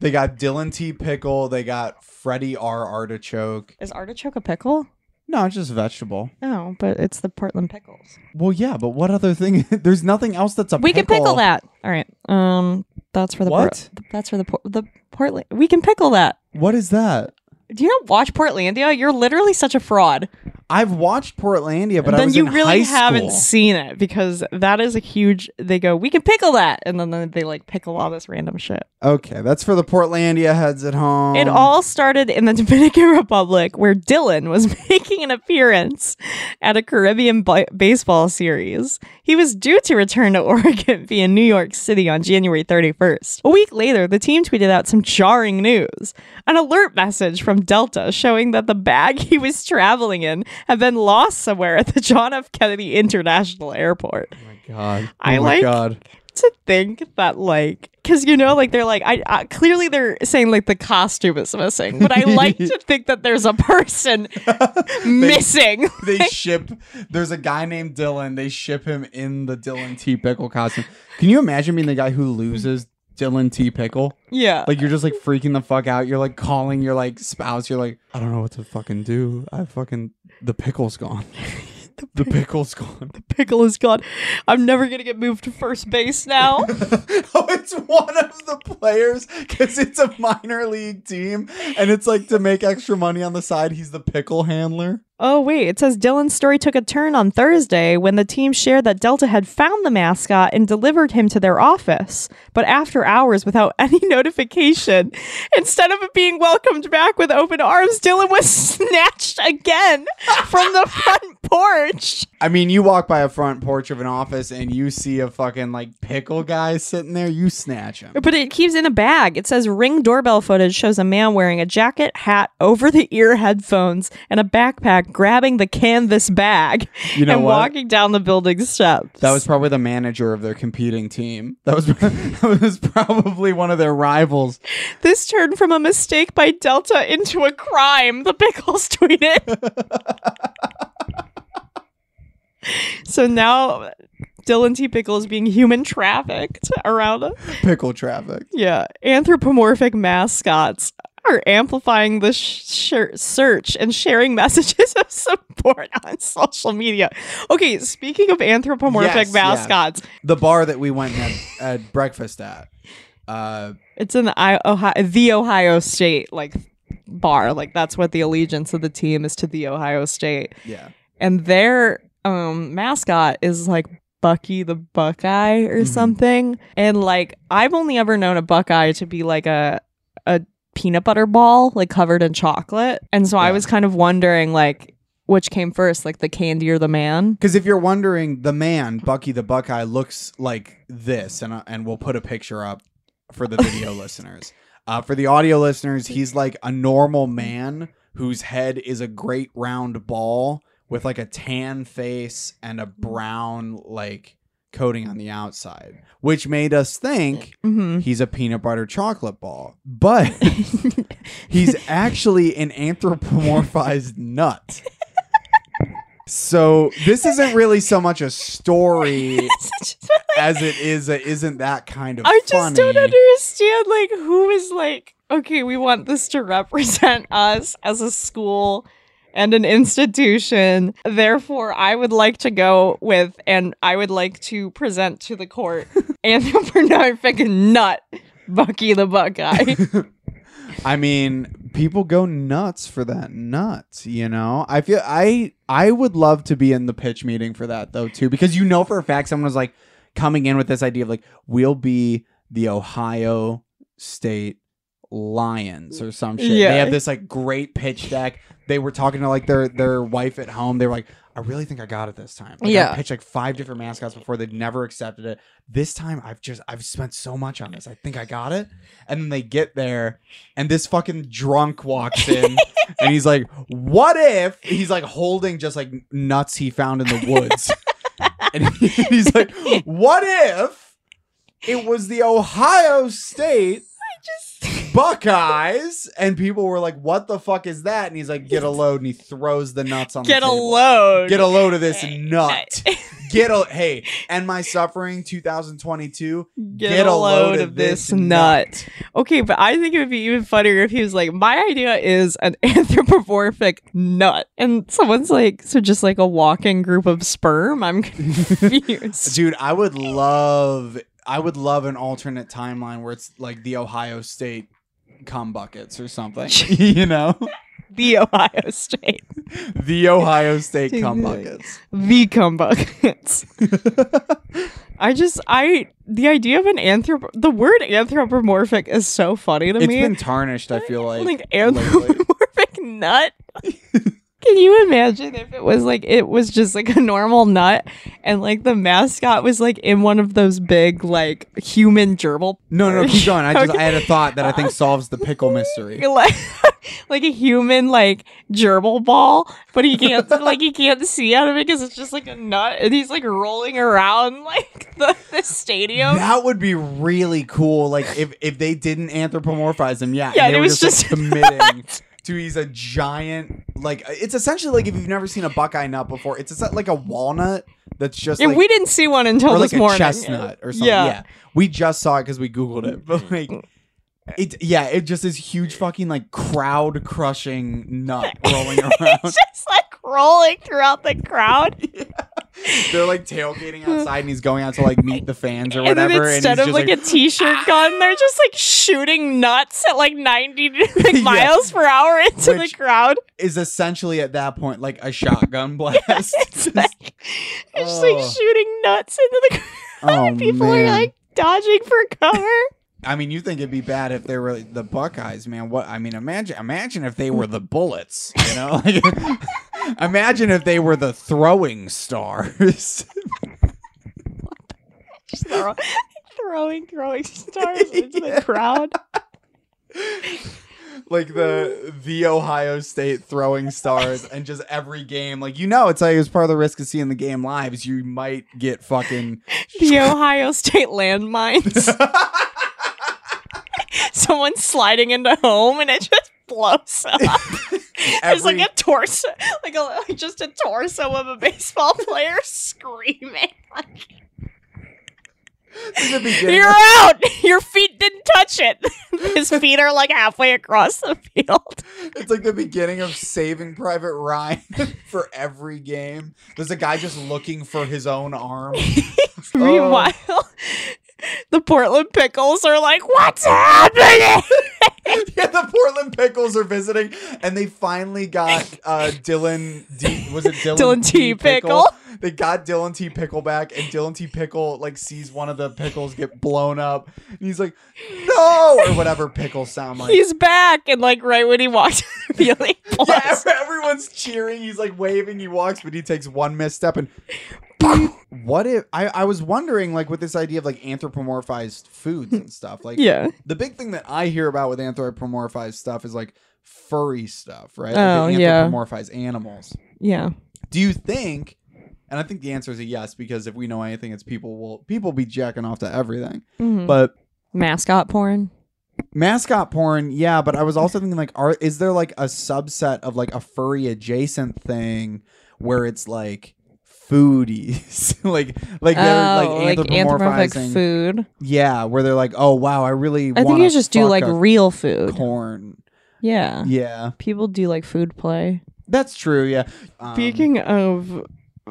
Speaker 1: they got Dylan T. Pickle. They got Freddie R. Artichoke.
Speaker 2: Is artichoke a pickle?
Speaker 1: No, it's just vegetable.
Speaker 2: No, but it's the Portland Pickles.
Speaker 1: Well, yeah, but what other thing? There's nothing else that's a
Speaker 2: we
Speaker 1: pickle.
Speaker 2: can pickle that. All right. Um, that's for the Por-
Speaker 1: What?
Speaker 2: that's for the por- the Portland. We can pickle that.
Speaker 1: What is that?
Speaker 2: Do you not watch Portlandia? You're literally such a fraud.
Speaker 1: I've watched Portlandia, but I
Speaker 2: then
Speaker 1: was
Speaker 2: you
Speaker 1: in
Speaker 2: really
Speaker 1: high
Speaker 2: haven't
Speaker 1: school.
Speaker 2: seen it because that is a huge. They go, we can pickle that, and then- then they like pickle all this random shit.
Speaker 1: Okay, that's for the Portlandia heads at home. Oh
Speaker 2: It all started in the Dominican Republic, where Dylan was making an appearance at a Caribbean bi- baseball series. He was due to return to Oregon via New York City on January 31st. A week later, the team tweeted out some jarring news an alert message from Delta showing that the bag he was traveling in had been lost somewhere at the John F. Kennedy International Airport
Speaker 1: Oh my god!
Speaker 2: I
Speaker 1: oh my
Speaker 2: like-
Speaker 1: god.
Speaker 2: to think that like because you know like they're like I, I clearly they're saying like the costume is missing but i like to think that there's a person missing
Speaker 1: They ship. There's a guy named Dylan. They ship him in the Dylan T. Pickle costume. Can you imagine being the guy who loses Dylan T. Pickle?
Speaker 2: yeah
Speaker 1: Like you're just like freaking the fuck out. You're like calling your like spouse. You're like, I don't know what to fucking do. I fucking the pickle's gone. the pickle's gone.
Speaker 2: pickle is gone i'm never gonna get moved to first base now
Speaker 1: oh, it's one of the players because it's a minor league team, and it's like to make extra money on the side. He's the pickle handler.
Speaker 2: oh wait it says dylan's story took a turn on thursday when the team shared that delta had found the mascot and delivered him to their office but after hours without any notification instead of being welcomed back with open arms dylan was snatched again from the front porch.
Speaker 1: I mean, you walk by a front porch of an office and you see a fucking like pickle guy sitting there, you snatch him.
Speaker 2: But it keeps in a bag. It says ring doorbell footage shows a man wearing a jacket, hat, over the ear headphones, and a backpack grabbing the canvas bag
Speaker 1: You know
Speaker 2: and
Speaker 1: what?
Speaker 2: walking down the building steps.
Speaker 1: That was probably the manager of their competing team. That was that was probably one of their rivals.
Speaker 2: This turned from a mistake by Delta into a crime, the Pickles tweeted. so now Dylan T. Pickle is being human trafficked around.
Speaker 1: Pickle traffic.
Speaker 2: Yeah. Anthropomorphic mascots are amplifying the sh- shir- search and sharing messages of support on social media. Okay, speaking of anthropomorphic
Speaker 1: Yes, yeah.
Speaker 2: mascots,
Speaker 1: The bar that we went and had, at breakfast at. Uh,
Speaker 2: It's in the I- Ohio, the Ohio State like bar. Like that's what the allegiance of the team is to the Ohio State,
Speaker 1: yeah.
Speaker 2: and their um mascot is like Bucky the Buckeye or
Speaker 1: Mhm.
Speaker 2: something. And like I've only ever known a Buckeye to be like a a peanut butter ball like covered in chocolate, and so I
Speaker 1: Yeah.
Speaker 2: was kind of wondering like which came first, like the candy or the man.
Speaker 1: Because if you're wondering, the man Bucky the Buckeye looks like this, and and we'll put a picture up for the video listeners. Uh, for the audio listeners, he's like a normal man whose head is a great round ball with like a tan face and a brown like coating on the outside, which made us think
Speaker 2: hmm
Speaker 1: he's a peanut butter chocolate ball, but he's actually an anthropomorphized nut. So this isn't really so much a story as it is a isn't that kind of
Speaker 2: I just
Speaker 1: funny.
Speaker 2: don't understand like who is like okay, we want this to represent us as a school and an institution. Therefore, I would like to go with and I would like to present to the court anthropomorphic nut Bucky the Buckeye.
Speaker 1: I mean, people go nuts for that nut, you know? I feel I I would love to be in the pitch meeting for that though too because you know for a fact someone was like coming in with this idea of like we'll be the Ohio State Lions or some shit.
Speaker 2: Yeah.
Speaker 1: They have this like great pitch deck. They were talking to like their their wife at home. They were like I really think I got it this time. Like,
Speaker 2: Yeah.
Speaker 1: I pitched like five different mascots before they'd never accepted it. This time I've just I've spent so much on this. I think I got it. And then they get there and this fucking drunk walks in and he's like, What if he's like holding just like nuts he found in the woods? and he- he's like, What if it was the Ohio State Buckeyes? And people were like, What the fuck is that? And he's like, Get a load. And he throws the nuts on
Speaker 2: Get
Speaker 1: the
Speaker 2: a
Speaker 1: table.
Speaker 2: load.
Speaker 1: Get a load of this nut. Get a hey, and my suffering 2022.
Speaker 2: Get, a load, of this nut. Okay, but I think it would be even funnier if he was like, My idea is an anthropomorphic nut. And someone's like, So just like a walking group of sperm? I'm confused.
Speaker 1: Dude, I would love I would love an alternate timeline where it's like the Ohio State cum buckets or something. you know?
Speaker 2: the Ohio State.
Speaker 1: The Ohio State cum buckets.
Speaker 2: The cum buckets. I just, I, the idea of an anthrop, the word anthropomorphic is so funny to
Speaker 1: It's
Speaker 2: me.
Speaker 1: been tarnished, I feel like.
Speaker 2: like
Speaker 1: lately.
Speaker 2: anthropomorphic nut. Can you imagine if it was like it was just like a normal nut and like the mascot was like in one of those big like human gerbil
Speaker 1: No, no, keep going. I just
Speaker 2: Okay.
Speaker 1: I had a thought that I think solves the pickle mystery.
Speaker 2: like like a human like gerbil ball, but he can't like he can't see out of it because it's just like a nut and he's like rolling around like the, the stadium.
Speaker 1: That would be really cool. Like if if they didn't anthropomorphize him, yeah.
Speaker 2: Yeah,
Speaker 1: and
Speaker 2: it
Speaker 1: they were
Speaker 2: was
Speaker 1: just,
Speaker 2: just-
Speaker 1: like, committing to he's a giant. Like it's essentially like if you've never seen a buckeye nut before, it's just like a walnut that's just
Speaker 2: And
Speaker 1: like,
Speaker 2: we didn't see one until
Speaker 1: or like
Speaker 2: this morning.
Speaker 1: a chestnut or something. Yeah.
Speaker 2: Yeah.
Speaker 1: we just saw it because we googled it, but like. It, yeah, it just is huge fucking like crowd crushing nut rolling around.
Speaker 2: It's just like rolling throughout the crowd.
Speaker 1: They're like tailgating outside, and he's going out to like meet the fans or whatever.
Speaker 2: And then instead
Speaker 1: he's
Speaker 2: of
Speaker 1: just, "Ah!"
Speaker 2: like, a t-shirt gun, they're just like shooting nuts at like 90 like,
Speaker 1: Yeah.
Speaker 2: miles per hour into
Speaker 1: Which-
Speaker 2: the crowd.
Speaker 1: is essentially at that point like a shotgun blast.
Speaker 2: It's like, it's just like
Speaker 1: Oh.
Speaker 2: shooting nuts into the crowd.
Speaker 1: oh
Speaker 2: People
Speaker 1: man!
Speaker 2: are like dodging for cover.
Speaker 1: I mean, you think it'd be bad if they were the Buckeyes, man? What? I mean, imagine, imagine if they were the Bullets. You know, like, Imagine if they were the throwing stars.
Speaker 2: Just throw- throwing throwing stars into
Speaker 1: Yeah.
Speaker 2: the crowd.
Speaker 1: like the the Ohio State throwing stars and just every game like you know it's like it's part of the risk of seeing the game live is you might get fucking
Speaker 2: The Ohio State landmines. Someone's sliding into home and it just blows up. There's
Speaker 1: every,
Speaker 2: like a torso, like a like just a torso of a baseball player screaming. Like,
Speaker 1: in the beginning
Speaker 2: You're out. Your feet didn't touch it. His feet are like halfway across the field.
Speaker 1: It's like the beginning of Saving Private Ryan for every game. There's a guy just looking for his own arm. Oh,
Speaker 2: Meanwhile, the Portland Pickles are like, "What's happening?"
Speaker 1: yeah, the Portland Pickles are visiting, and they finally got uh, Dylan. D, was it Dylan,
Speaker 2: Dylan T.
Speaker 1: They got Dylan T. Pickle back, and Dylan T. Pickle like sees one of the pickles get blown up, and he's like, "No!" or whatever pickles sound like.
Speaker 2: He's back, and like right when he walked, really
Speaker 1: yeah, ev- everyone's cheering. He's like waving. He walks, but he takes one misstep. And what if I, I was wondering, like, with this idea of like anthropomorphized foods and stuff, like,
Speaker 2: yeah.
Speaker 1: the big thing that I hear about with anthropomorphized stuff is like furry stuff, right?
Speaker 2: Oh,
Speaker 1: like they
Speaker 2: yeah.
Speaker 1: anthropomorphize animals.
Speaker 2: Yeah.
Speaker 1: Do you think? And I think the answer is a yes because if we know anything, it's people will people be jacking off to everything.
Speaker 2: Mhm.
Speaker 1: But
Speaker 2: Mascot porn.
Speaker 1: mascot porn, yeah. But I was also thinking like, are is there like a subset of like a furry adjacent thing where it's like foodies, like like they're like anthropomorphizing,
Speaker 2: Oh, food.
Speaker 1: yeah, where they're like, oh wow, I really
Speaker 2: I think
Speaker 1: wanna
Speaker 2: you just do
Speaker 1: fuck
Speaker 2: like
Speaker 1: a
Speaker 2: real food.
Speaker 1: corn,
Speaker 2: Yeah.
Speaker 1: yeah.
Speaker 2: People do like food play.
Speaker 1: That's true. Yeah. Um,
Speaker 2: Speaking of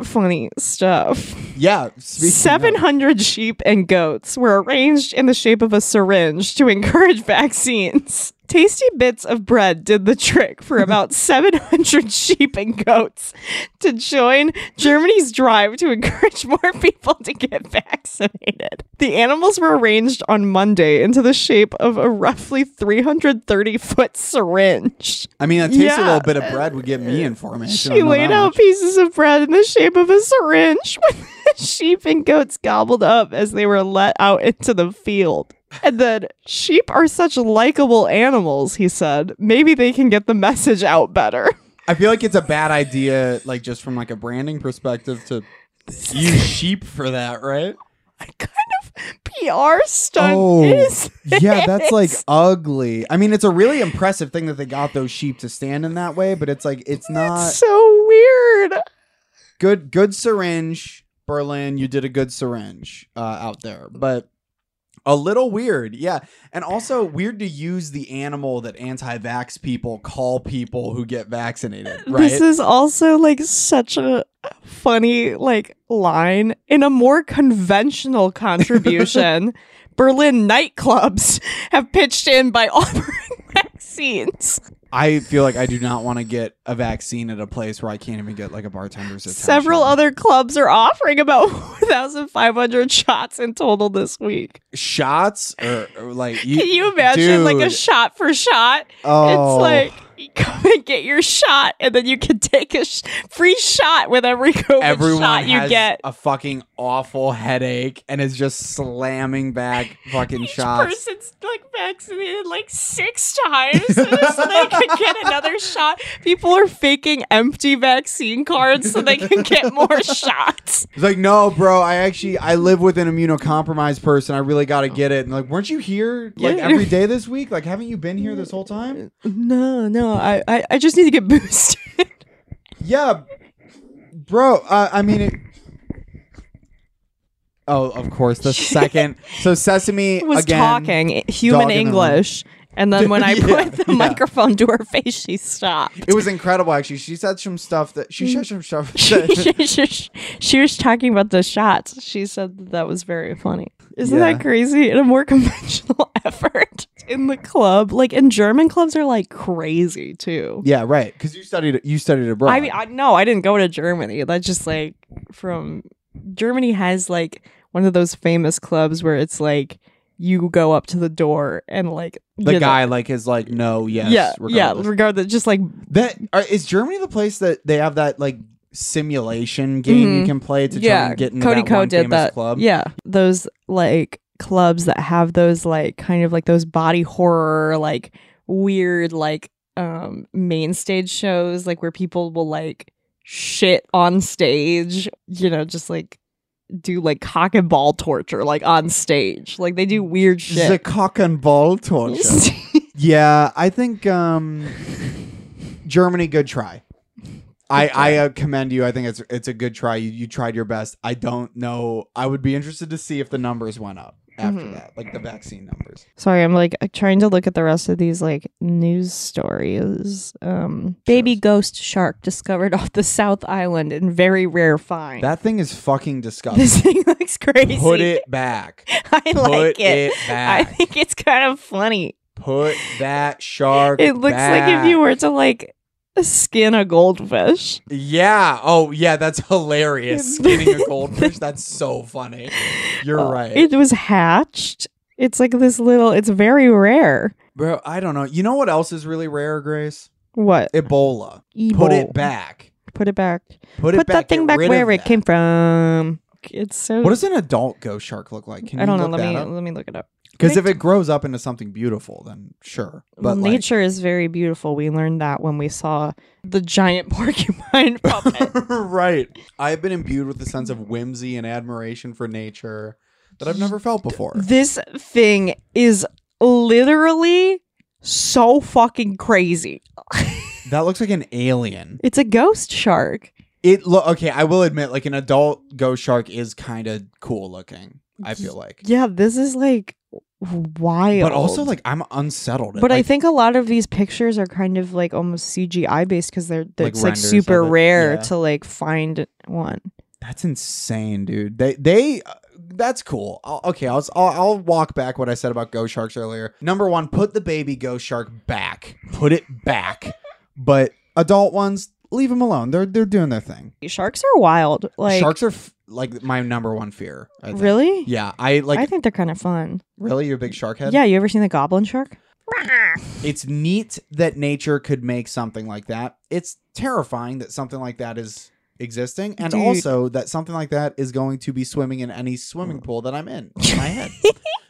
Speaker 2: funny stuff.
Speaker 1: Yeah. Speaking.
Speaker 2: Seven
Speaker 1: of-
Speaker 2: hundred sheep and goats were arranged in the shape of a syringe to encourage vaccines. Tasty bits of bread did the trick for about 700 sheep and goats to join Germany's drive to encourage more people to get vaccinated. The animals were arranged on Monday into the shape of a roughly 330 foot syringe.
Speaker 1: I mean, a taste a
Speaker 2: Yeah.
Speaker 1: little bit of bread would get me information. I
Speaker 2: She
Speaker 1: know
Speaker 2: laid
Speaker 1: that
Speaker 2: out
Speaker 1: much.
Speaker 2: pieces of bread in the shape of a syringe, which the sheep and goats gobbled up as they were let out into the field. And then, sheep are such likable animals, he said. Maybe they can get the message out better.
Speaker 1: I feel like it's a bad idea, like just from like a branding perspective, to use sheep for that, right?
Speaker 2: I kind of PR stunt
Speaker 1: Oh,
Speaker 2: is.
Speaker 1: Yeah, that's like
Speaker 2: this?
Speaker 1: ugly. I mean, it's a really impressive thing that they got those sheep to stand in that way, but it's like it's not
Speaker 2: so weird.
Speaker 1: good. Good syringe, Berlin. You did a good syringe uh, out there, but a little weird, yeah. And also weird to use the animal that anti-vax people call people who get vaccinated, right?
Speaker 2: This is also like such a funny like line in a more conventional contribution. Berlin nightclubs have pitched in by offering vaccines.
Speaker 1: I feel like I do not want to get a vaccine at a place where I can't even get like a bartender's attention.
Speaker 2: Several other clubs are offering about 4,500 shots in total this week.
Speaker 1: shots or, or, like you,
Speaker 2: Can you imagine like a
Speaker 1: dude,
Speaker 2: shot for shot?
Speaker 1: oh,
Speaker 2: It's like you come and get your shot, and then you can take a sh- free shot with every COVID
Speaker 1: everyone
Speaker 2: shot you
Speaker 1: has
Speaker 2: get.
Speaker 1: a fucking awful headache and is just slamming back fucking
Speaker 2: Each
Speaker 1: shots.
Speaker 2: person's like vaccinated like six times so they can get another shot. People are faking empty vaccine cards so they can get more shots.
Speaker 1: It's like, no, bro, I actually I live with an immunocompromised person. I really gotta get it. And like, weren't you here like
Speaker 2: Yeah.
Speaker 1: every day this week? Like, haven't you been here this whole time?
Speaker 2: No, no, I, I, I just need to get boosted.
Speaker 1: Yeah. Bro, uh, I mean it Oh, of course. The second so Sesame
Speaker 2: was
Speaker 1: again,
Speaker 2: talking i-
Speaker 1: dog
Speaker 2: human
Speaker 1: in the
Speaker 2: English, and then when I
Speaker 1: Yeah,
Speaker 2: put the
Speaker 1: yeah.
Speaker 2: microphone to her face, she stopped.
Speaker 1: It was incredible actually. She said some stuff that she said some stuff
Speaker 2: she,
Speaker 1: that,
Speaker 2: she, she, she was talking about the shots. She said that, that was very funny. Isn't
Speaker 1: Yeah.
Speaker 2: that crazy? In a more conventional effort in the club, like in German clubs are like crazy too.
Speaker 1: Yeah, right. Because you studied you studied abroad.
Speaker 2: I mean, I no, I didn't go to Germany. That's just like from Germany has like one of those famous clubs where it's like you go up to the door and like
Speaker 1: The
Speaker 2: you're
Speaker 1: guy like is like no yes
Speaker 2: yeah, yeah,
Speaker 1: regardless.
Speaker 2: regardless. Just like
Speaker 1: That are, is Germany the place that they have that like simulation game you
Speaker 2: Mhm.
Speaker 1: can play to try
Speaker 2: yeah,
Speaker 1: and get into
Speaker 2: Cody
Speaker 1: that
Speaker 2: Co
Speaker 1: one
Speaker 2: did
Speaker 1: famous
Speaker 2: that.
Speaker 1: club?
Speaker 2: Yeah, those like clubs that have those like kind of like those body horror like weird like um main stage shows like where people will like shit on stage, you know, just like do like cock and ball torture like on stage. Like they do weird shit.
Speaker 1: the cock and ball torture. yeah, I think um, Germany, good try. I, I uh, commend you. I think it's it's a good try. You, you tried your best. I don't know. I would be interested to see if the numbers went up after
Speaker 2: Mhm.
Speaker 1: that, like the vaccine numbers.
Speaker 2: Sorry, I'm like uh, trying to look at the rest of these like news stories. Um, baby ghost shark discovered off the South Island in very rare find.
Speaker 1: That thing is fucking disgusting.
Speaker 2: this thing looks crazy.
Speaker 1: Put it back.
Speaker 2: I like
Speaker 1: Put
Speaker 2: it.
Speaker 1: it
Speaker 2: I
Speaker 1: back.
Speaker 2: think it's kind of funny.
Speaker 1: Put that shark.
Speaker 2: It looks like if
Speaker 1: back.
Speaker 2: you were to like skin a goldfish.
Speaker 1: Yeah. Oh, yeah. That's hilarious. Skinning a goldfish. That's so funny. You're
Speaker 2: Uh,
Speaker 1: right,
Speaker 2: It was hatched. It's like this little. It's very rare.
Speaker 1: bro. I don't know. You know what else is really rare, Grace?
Speaker 2: What?
Speaker 1: Ebola.
Speaker 2: Evil.
Speaker 1: Put it back.
Speaker 2: Put it back.
Speaker 1: Put,
Speaker 2: Put,
Speaker 1: it back.
Speaker 2: that thing
Speaker 1: Get
Speaker 2: back
Speaker 1: rid
Speaker 2: where
Speaker 1: of
Speaker 2: it
Speaker 1: that.
Speaker 2: came from. It's so.
Speaker 1: What does an adult ghost shark look like? Can
Speaker 2: I don't know.
Speaker 1: you
Speaker 2: Let me
Speaker 1: look
Speaker 2: let me look it up.
Speaker 1: Because if it grows up into something beautiful, then sure. But
Speaker 2: well,
Speaker 1: like,
Speaker 2: nature is very beautiful. We learned that when we saw the giant porcupine puppet.
Speaker 1: right. I've been imbued with a sense of whimsy and admiration for nature that I've never felt before.
Speaker 2: this thing is literally so fucking crazy.
Speaker 1: That looks like an alien.
Speaker 2: It's a ghost shark.
Speaker 1: It look okay. I will admit, like an adult ghost shark is kind of cool looking. I feel like,
Speaker 2: Yeah, this is like wild.
Speaker 1: but also like I'm unsettled.
Speaker 2: But I
Speaker 1: Like,
Speaker 2: think a lot of these pictures are kind of like almost CGI based because they're, they're
Speaker 1: Like
Speaker 2: it's like
Speaker 1: renders
Speaker 2: super
Speaker 1: of it,
Speaker 2: rare
Speaker 1: yeah.
Speaker 2: to like find one.
Speaker 1: that's insane, dude. They they uh, that's cool. I'll, okay, I'll, I'll I'll walk back what I said about ghost sharks earlier. Number one, put the baby ghost shark back. Put it back. but adult ones, leave them alone. They're they're doing their thing.
Speaker 2: Sharks are wild. Like
Speaker 1: sharks are f- like my number one fear. I think.
Speaker 2: really?
Speaker 1: Yeah, I like
Speaker 2: I think they're kind of fun.
Speaker 1: really. You're a big shark head.
Speaker 2: Yeah, you ever seen the goblin shark?
Speaker 1: It's neat that nature could make something like that. It's terrifying that something like that is existing, and
Speaker 2: Dude.
Speaker 1: also that something like that is going to be swimming in any
Speaker 2: Mm.
Speaker 1: swimming pool that I'm in in my head.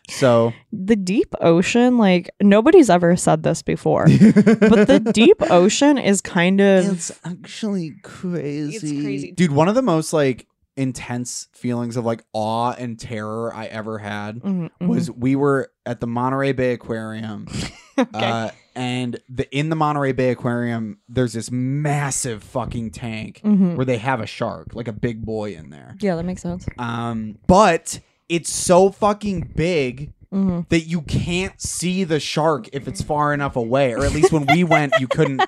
Speaker 1: So,
Speaker 2: the deep ocean like nobody's ever said this before but
Speaker 1: but
Speaker 2: the deep ocean is kind of
Speaker 1: actually crazy.
Speaker 2: crazy.
Speaker 1: dude. One of the most like intense feelings of like awe and terror I ever had
Speaker 2: Mhm, mhm.
Speaker 1: was we were at the Monterey Bay Aquarium. uh, and the in the Monterey Bay Aquarium, there's this massive fucking tank
Speaker 2: Mhm.
Speaker 1: where they have a shark, like a big boy in there.
Speaker 2: yeah that makes sense
Speaker 1: Um, but it's so fucking big
Speaker 2: hmm
Speaker 1: that you can't see the shark if it's far enough away, or at least when we went, you couldn't.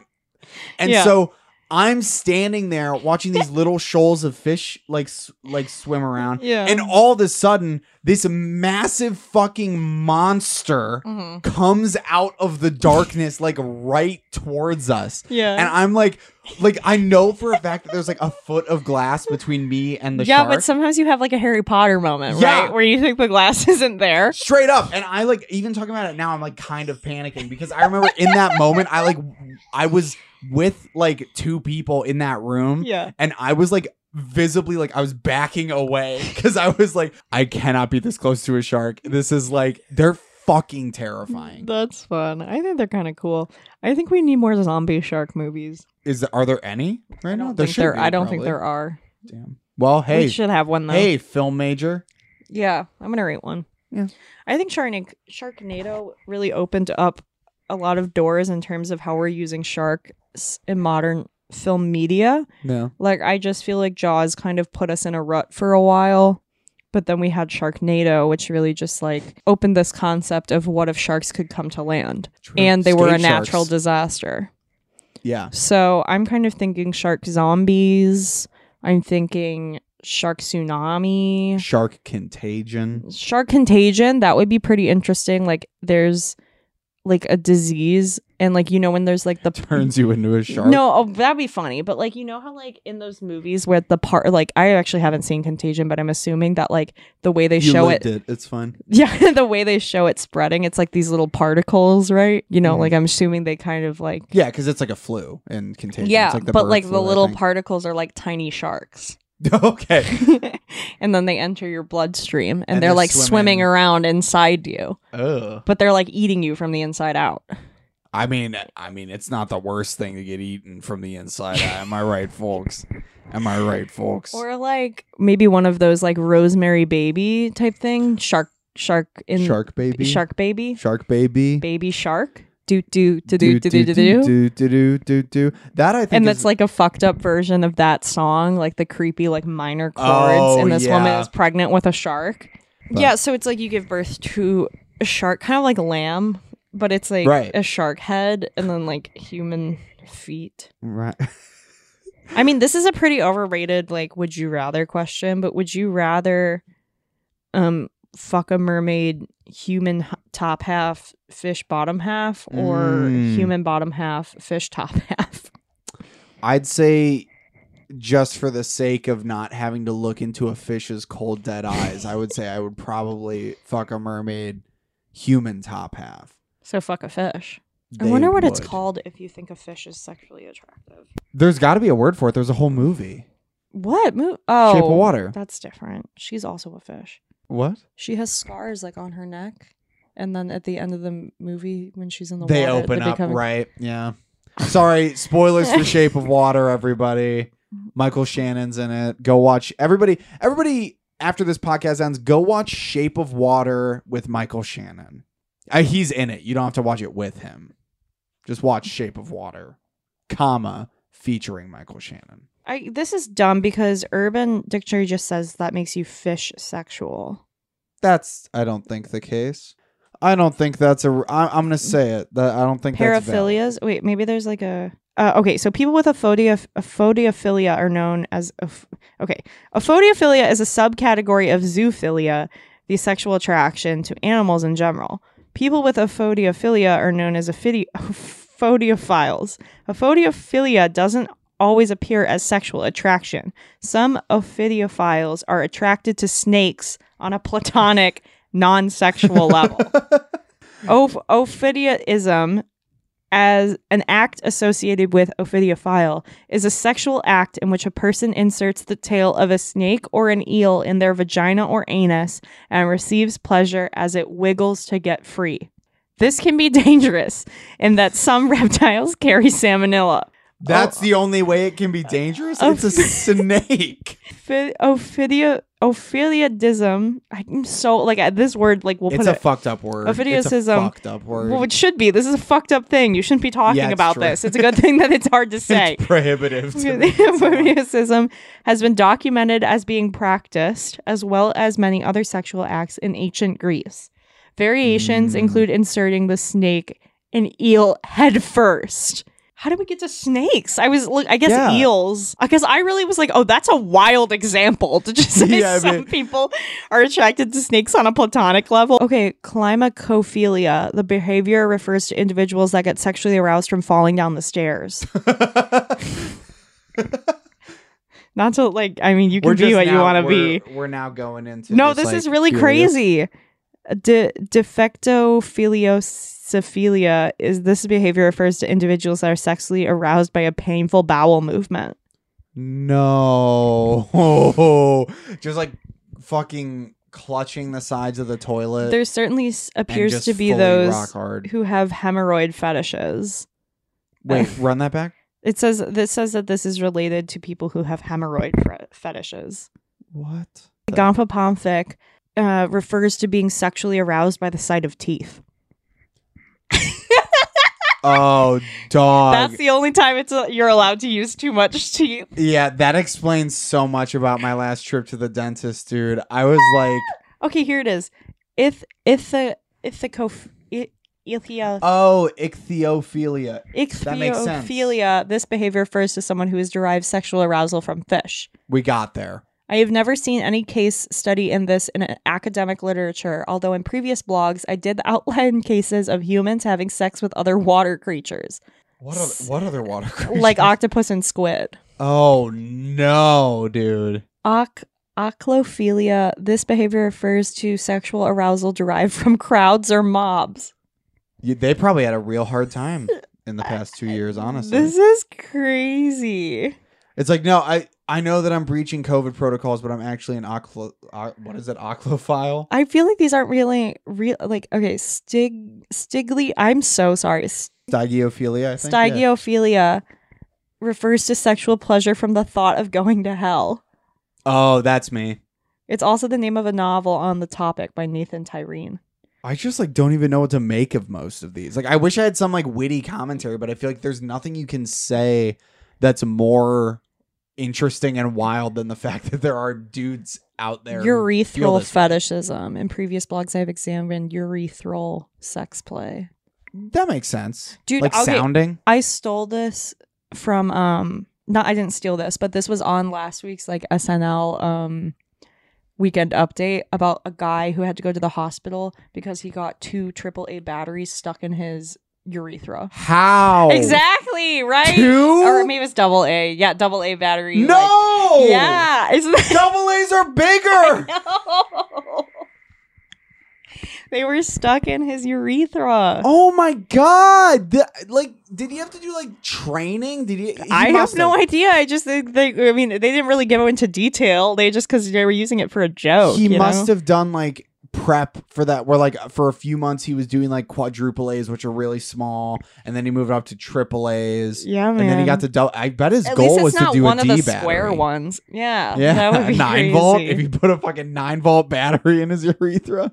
Speaker 1: And
Speaker 2: Yeah.
Speaker 1: so I'm standing there watching these little shoals of fish like s- like swim around,
Speaker 2: yeah
Speaker 1: and all of a sudden, this massive fucking monster
Speaker 2: Mhm.
Speaker 1: comes out of the darkness like right towards us.
Speaker 2: yeah
Speaker 1: And I'm like, like I know for a fact that there's like a foot of glass between me and the
Speaker 2: yeah
Speaker 1: shark.
Speaker 2: but sometimes you have like a harry potter moment
Speaker 1: Yeah.
Speaker 2: right where you think the glass isn't there
Speaker 1: Straight up. And I like even talking about it now, I'm like kind of panicking because I remember in that moment I like I was with like two people in that room
Speaker 2: yeah
Speaker 1: and I was like visibly like I was backing away because I was like, I cannot be this close to a shark. This is like they're fucking terrifying.
Speaker 2: that's fun i think they're kind of cool i think we need more zombie shark movies
Speaker 1: Is there, are there any right
Speaker 2: i
Speaker 1: now?
Speaker 2: don't,
Speaker 1: There
Speaker 2: think,
Speaker 1: should
Speaker 2: there,
Speaker 1: be,
Speaker 2: I don't
Speaker 1: probably.
Speaker 2: think there are
Speaker 1: Damn. Well,
Speaker 2: we
Speaker 1: hey,
Speaker 2: should have one though
Speaker 1: hey, film major.
Speaker 2: Yeah, I'm gonna rate one.
Speaker 1: Yeah.
Speaker 2: I think Sharkna- Sharknado really opened up a lot of doors in terms of how we're using sharks in modern film media.
Speaker 1: No.
Speaker 2: Like, I just feel like Jaws kind of put us in a rut for a while, but then we had Sharknado, which really just like opened this concept of what if sharks could come to land and they were a natural disaster.
Speaker 1: yeah.
Speaker 2: So I'm kind of thinking shark zombies. I'm thinking shark tsunami
Speaker 1: Shark contagion.
Speaker 2: shark contagion that would be pretty interesting like there's like a disease and like you know when there's like the
Speaker 1: turns you into a shark.
Speaker 2: No, oh, that'd be funny. But like, you know how like in those movies where the part, like, I actually haven't seen Contagion, but I'm assuming that like the way they
Speaker 1: you
Speaker 2: show it,
Speaker 1: lived It's fine.
Speaker 2: yeah, the way they show it spreading, it's like these little particles, right? You know,
Speaker 1: Mhm.
Speaker 2: like I'm assuming they kind of like,
Speaker 1: Yeah, because it's like a flu and contagion.
Speaker 2: yeah,
Speaker 1: It's like the
Speaker 2: but
Speaker 1: bird
Speaker 2: like the
Speaker 1: flu, I
Speaker 2: little
Speaker 1: think.
Speaker 2: particles are like tiny sharks.
Speaker 1: okay.
Speaker 2: and then they enter your bloodstream and,
Speaker 1: And
Speaker 2: they're,
Speaker 1: they're
Speaker 2: like
Speaker 1: swimming.
Speaker 2: swimming around inside you,
Speaker 1: Ugh.
Speaker 2: but they're like eating you from the inside out.
Speaker 1: I mean, I mean, it's not the worst thing to get eaten from the inside. out. Am I right, folks? Am I right, folks?
Speaker 2: Or like maybe one of those like rosemary baby type thing, shark shark in
Speaker 1: shark baby.
Speaker 2: shark baby,
Speaker 1: Shark baby.
Speaker 2: baby shark. Do do do do do do do do.
Speaker 1: do do do do do. That I think
Speaker 2: And
Speaker 1: is,
Speaker 2: that's like a fucked up version of that song, like the creepy like minor chords
Speaker 1: Oh,
Speaker 2: and this woman
Speaker 1: yeah.
Speaker 2: is pregnant with a shark.
Speaker 1: But-
Speaker 2: yeah, so it's like you give birth to a shark, kind of like lamb, but it's like
Speaker 1: Right.
Speaker 2: a shark head and then like human feet.
Speaker 1: right.
Speaker 2: I mean, this is a pretty overrated like would you rather question, but would you rather um fuck a mermaid human h- top half, fish bottom half or
Speaker 1: Mm.
Speaker 2: human bottom half, fish top half?
Speaker 1: I'd say just for the sake of not having to look into a fish's cold dead eyes, I would say I would probably fuck a mermaid human top half.
Speaker 2: So fuck a fish. I
Speaker 1: They
Speaker 2: wonder what it's
Speaker 1: would.
Speaker 2: called if you think a fish is sexually attractive.
Speaker 1: There's got to be a word for it. There's a whole movie.
Speaker 2: What? Mo- oh.
Speaker 1: Shape of Water.
Speaker 2: That's different. She's also a fish.
Speaker 1: What?
Speaker 2: She has scars like on her neck. And then at the end of the m- movie, when she's in the
Speaker 1: they
Speaker 2: water,
Speaker 1: open up,
Speaker 2: become-
Speaker 1: right? Yeah. Sorry, spoilers for Shape of Water, everybody. Michael Shannon's in it. Go watch everybody. Everybody after this podcast ends, go watch Shape of Water with Michael Shannon. Uh, he's in it. You don't have to watch it with him. Just watch Shape of Water, comma featuring Michael Shannon.
Speaker 2: I, this is dumb because Urban Dictionary just says that makes you fish sexual.
Speaker 1: That's I don't think the case. I don't think that's a. I, I'm gonna say it. That I don't think that's valid.
Speaker 2: Paraphilias. Wait, maybe there's like a. Uh, okay, so people with aphodia, aphodophilia are known as. aph- Okay, aphodophilia is a subcategory of zoophilia, the sexual attraction to animals in general. People with aphodophilia are known as aphidi- aphodophiles. Aphodophilia doesn't always appear as sexual attraction. Some ophidiophiles are attracted to snakes on a platonic, non sexual level. Oph- Ophidiaism, as an act associated with ophidiophile, is a sexual act in which a person inserts the tail of a snake or an eel in their vagina or anus and receives pleasure as it wiggles to get free. This can be dangerous in that some reptiles carry salmonella.
Speaker 1: That's
Speaker 2: Oh.
Speaker 1: the only way it can be dangerous.
Speaker 2: Uh,
Speaker 1: it's a snake.
Speaker 2: Fi- Ophidia, ophidiadism. I'm so like I- this word like we'll
Speaker 1: it's
Speaker 2: put
Speaker 1: a
Speaker 2: it.
Speaker 1: fucked up word. It's a
Speaker 2: Aphidiasism.
Speaker 1: fucked up word.
Speaker 2: well, it should be. This is a fucked up thing. You shouldn't be talking
Speaker 1: it's
Speaker 2: about
Speaker 1: true.
Speaker 2: this. It's a good thing that it's hard to say.
Speaker 1: It's prohibitive. To me.
Speaker 2: Voyeurism has been documented as being practiced, as well as many other sexual acts in ancient Greece. Variations
Speaker 1: Mm.
Speaker 2: include inserting the snake and eel head first. How did we get to snakes? I was look. I guess
Speaker 1: Yeah.
Speaker 2: eels. I guess I really was like, oh, that's a wild example to just say
Speaker 1: Yeah, I
Speaker 2: some
Speaker 1: mean-
Speaker 2: people are attracted to snakes on a platonic level. Okay, climacophilia. The behavior refers to individuals that get sexually aroused from falling down the stairs. Not to like, I mean, you can
Speaker 1: We're
Speaker 2: be
Speaker 1: just
Speaker 2: what you
Speaker 1: now-
Speaker 2: want to
Speaker 1: we're-
Speaker 2: be.
Speaker 1: We're now going into
Speaker 2: No,
Speaker 1: just,
Speaker 2: this
Speaker 1: like,
Speaker 2: is really
Speaker 1: curious-
Speaker 2: crazy. De, de facto philiosophilia is this behavior refers to individuals that are sexually aroused by a painful bowel movement.
Speaker 1: No, just like fucking clutching the sides of the toilet.
Speaker 2: There certainly s-
Speaker 1: Uh, and
Speaker 2: appears
Speaker 1: just
Speaker 2: to be
Speaker 1: fully rock
Speaker 2: those
Speaker 1: hard.
Speaker 2: who have hemorrhoid fetishes.
Speaker 1: Wait, run that back.
Speaker 2: It says this says that this is related to people who have hemorrhoid fe- fetishes.
Speaker 1: What?
Speaker 2: Gomphopomphic uh, refers to being sexually aroused by the sight of teeth.
Speaker 1: Oh, dog.
Speaker 2: That's the only time it's uh you're allowed to use too much teeth.
Speaker 1: yeah, that explains so much about my last trip to the dentist, dude. I was like,
Speaker 2: Okay, here it is. If if the if the cof Ithia,
Speaker 1: oh, ichthyophilia.
Speaker 2: Oh,
Speaker 1: makes sense.
Speaker 2: ichthyophilia, this behavior refers to someone who has derived sexual arousal from fish.
Speaker 1: We got there.
Speaker 2: I have never seen any case study in this in uh, academic literature, although in previous blogs I did outline cases of humans having sex with other water creatures,
Speaker 1: What other, what other water creatures?
Speaker 2: like octopus and squid.
Speaker 1: Oh no, dude.
Speaker 2: Oc- oclophilia. This behavior refers to sexual arousal derived from crowds or mobs.
Speaker 1: You, they probably had a real hard time in the past two years, honestly.
Speaker 2: This is crazy.
Speaker 1: it's like no, I I know that I'm breaching COVID protocols, but I'm actually an oclo. o- what is it, oclophile?
Speaker 2: I feel like these aren't really real. Like, okay, stig stigly. I'm so sorry. S-
Speaker 1: Stygiophilia. I think. yeah.
Speaker 2: Stygiophilia refers to sexual pleasure from the thought of going to hell.
Speaker 1: Oh, that's me.
Speaker 2: It's also the name of a novel on the topic by Nathan Tyreen.
Speaker 1: I just like don't even know what to make of most of these. Like, I wish I had some like witty commentary, but I feel like there's nothing you can say that's more interesting and wild than the fact that there are dudes out there. who feel
Speaker 2: Urethral
Speaker 1: this way.
Speaker 2: fetishism. In previous blogs, I've examined urethral sex play.
Speaker 1: That makes sense.
Speaker 2: Dude,
Speaker 1: like
Speaker 2: okay,
Speaker 1: sounding.
Speaker 2: I stole this from um not I didn't steal this, but this was on last week's like SNL um weekend update about a guy who had to go to the hospital because he got two AAA batteries stuck in his urethra.
Speaker 1: How
Speaker 2: Exactly, right?
Speaker 1: Oh. Two?
Speaker 2: Or maybe it was double A. Yeah, double A battery. like-
Speaker 1: no.
Speaker 2: yeah. Isn't that
Speaker 1: Double A's are bigger.
Speaker 2: no? They were stuck in his urethra.
Speaker 1: Oh my god! Th- like, did he have to do like training? Did he? he
Speaker 2: I have
Speaker 1: must
Speaker 2: no idea. I just think they, I mean, they didn't really go into detail. They just because they were using it for a joke.
Speaker 1: he
Speaker 2: Oh, you
Speaker 1: must
Speaker 2: know?
Speaker 1: have done like prep for that where like for a few months he was doing like quadruple a's which are really small and then he moved up to triple a's
Speaker 2: Yeah, man.
Speaker 1: and then he got to double i bet his
Speaker 2: At least
Speaker 1: goal
Speaker 2: it's
Speaker 1: was to
Speaker 2: not
Speaker 1: do
Speaker 2: one
Speaker 1: a
Speaker 2: of
Speaker 1: d
Speaker 2: the
Speaker 1: battery
Speaker 2: square ones. Yeah,
Speaker 1: yeah
Speaker 2: that would be
Speaker 1: nine
Speaker 2: crazy.
Speaker 1: volt if you put a fucking nine volt battery in his urethra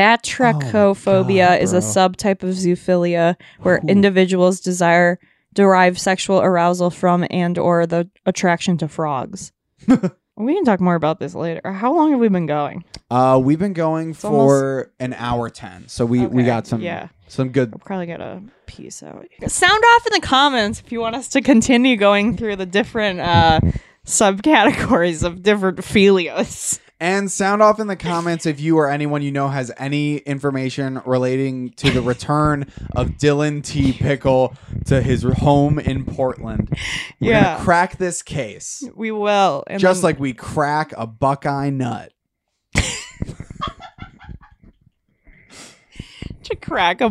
Speaker 2: Batrachophobia
Speaker 1: Oh my God,
Speaker 2: is a
Speaker 1: bro.
Speaker 2: subtype of zoophilia where
Speaker 1: Ooh.
Speaker 2: individuals desire derive sexual arousal from and or the attraction to frogs. we can talk more about this later. How long have we been going?
Speaker 1: uh we've been going
Speaker 2: It's almost-
Speaker 1: for an hour 10 so we we
Speaker 2: Okay,
Speaker 1: got some
Speaker 2: yeah.
Speaker 1: some good
Speaker 2: I'll probably get a piece out. Sound off in the comments if you want us to continue going through the different uh, subcategories of different philias.
Speaker 1: And sound off in the comments if you or anyone you know has any information relating to the return of Dylan T. Pickle to his home in Portland. We're
Speaker 2: Yeah,
Speaker 1: gonna crack this case.
Speaker 2: we will. And
Speaker 1: just
Speaker 2: then-
Speaker 1: like we crack a Buckeye nut.
Speaker 2: to crack a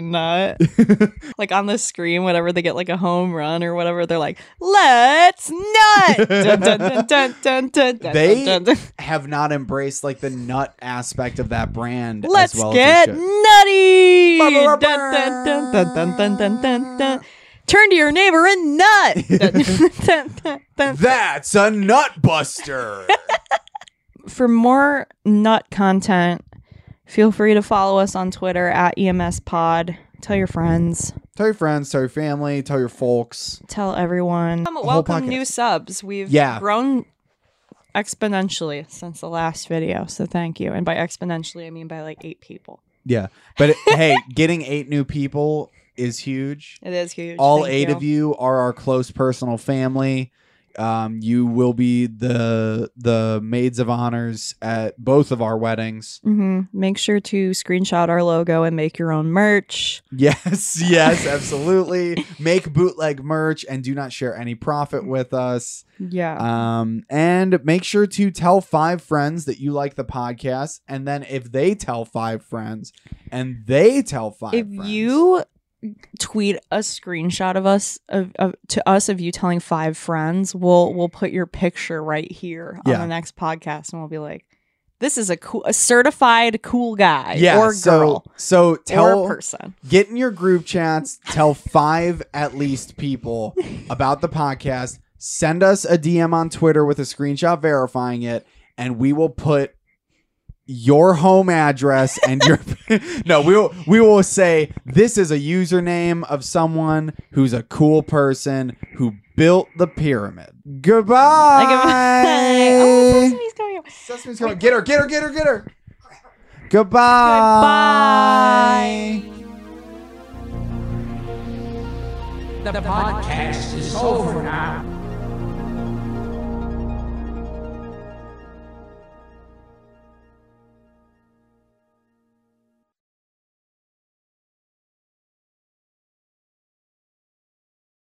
Speaker 2: nut, like on the screen, whenever they get like a home run or whatever, they're like, "Let's nut!" Dun, dun, dun, dun, dun, dun, dun,
Speaker 1: They-
Speaker 2: dun, dun.
Speaker 1: Have not embraced like the nut aspect of that brand. as
Speaker 2: Let's
Speaker 1: well as they
Speaker 2: get
Speaker 1: should.
Speaker 2: nutty.
Speaker 1: Ba-ba-ba-ba.
Speaker 2: Dun, dun, dun, dun, dun, dun, dun, dun, dun. Turn to your neighbor and nut. Dun, dun, dun, dun.
Speaker 1: That's a nut buster.
Speaker 2: For more nut content, feel free to follow us on Twitter at EMS Pod. Tell your friends.
Speaker 1: tell your friends, tell your family, tell your folks.
Speaker 2: Tell everyone.
Speaker 1: podcast.
Speaker 2: welcome new subs. We've
Speaker 1: Yeah.
Speaker 2: grown exponentially since the last video, so thank you. And by exponentially, I mean by like eight people.
Speaker 1: Yeah. But hey, getting eight new people is huge.
Speaker 2: It is huge.
Speaker 1: all
Speaker 2: Thank
Speaker 1: eight of you are our close personal family um, you will be the the maids of honors at both of our weddings
Speaker 2: hmm Make sure to screenshot our logo and make your own merch.
Speaker 1: yes yes absolutely make bootleg merch and do not share any profit with us
Speaker 2: Yeah.
Speaker 1: um, and make sure to tell five friends that you like the podcast and then if they tell five friends and they tell five
Speaker 2: if
Speaker 1: friends-
Speaker 2: you tweet a screenshot of us of, of to us of you telling five friends, we'll we'll put your picture right here
Speaker 1: Yeah.
Speaker 2: on the next podcast, and we'll be like, "This is a cool, a certified cool guy
Speaker 1: yeah,
Speaker 2: or
Speaker 1: so-
Speaker 2: girl
Speaker 1: so, tell
Speaker 2: or person."
Speaker 1: get in your group chats tell five at least people about the podcast send us a dm on twitter with a screenshot verifying it and we will put your home address and your no we will we will say this is a username of someone who's a cool person who built the pyramid goodbye,
Speaker 2: Like, oh, Sesame's going up.
Speaker 1: Sesame's coming. get her get her get her get her goodbye goodbye
Speaker 4: The podcast is over now.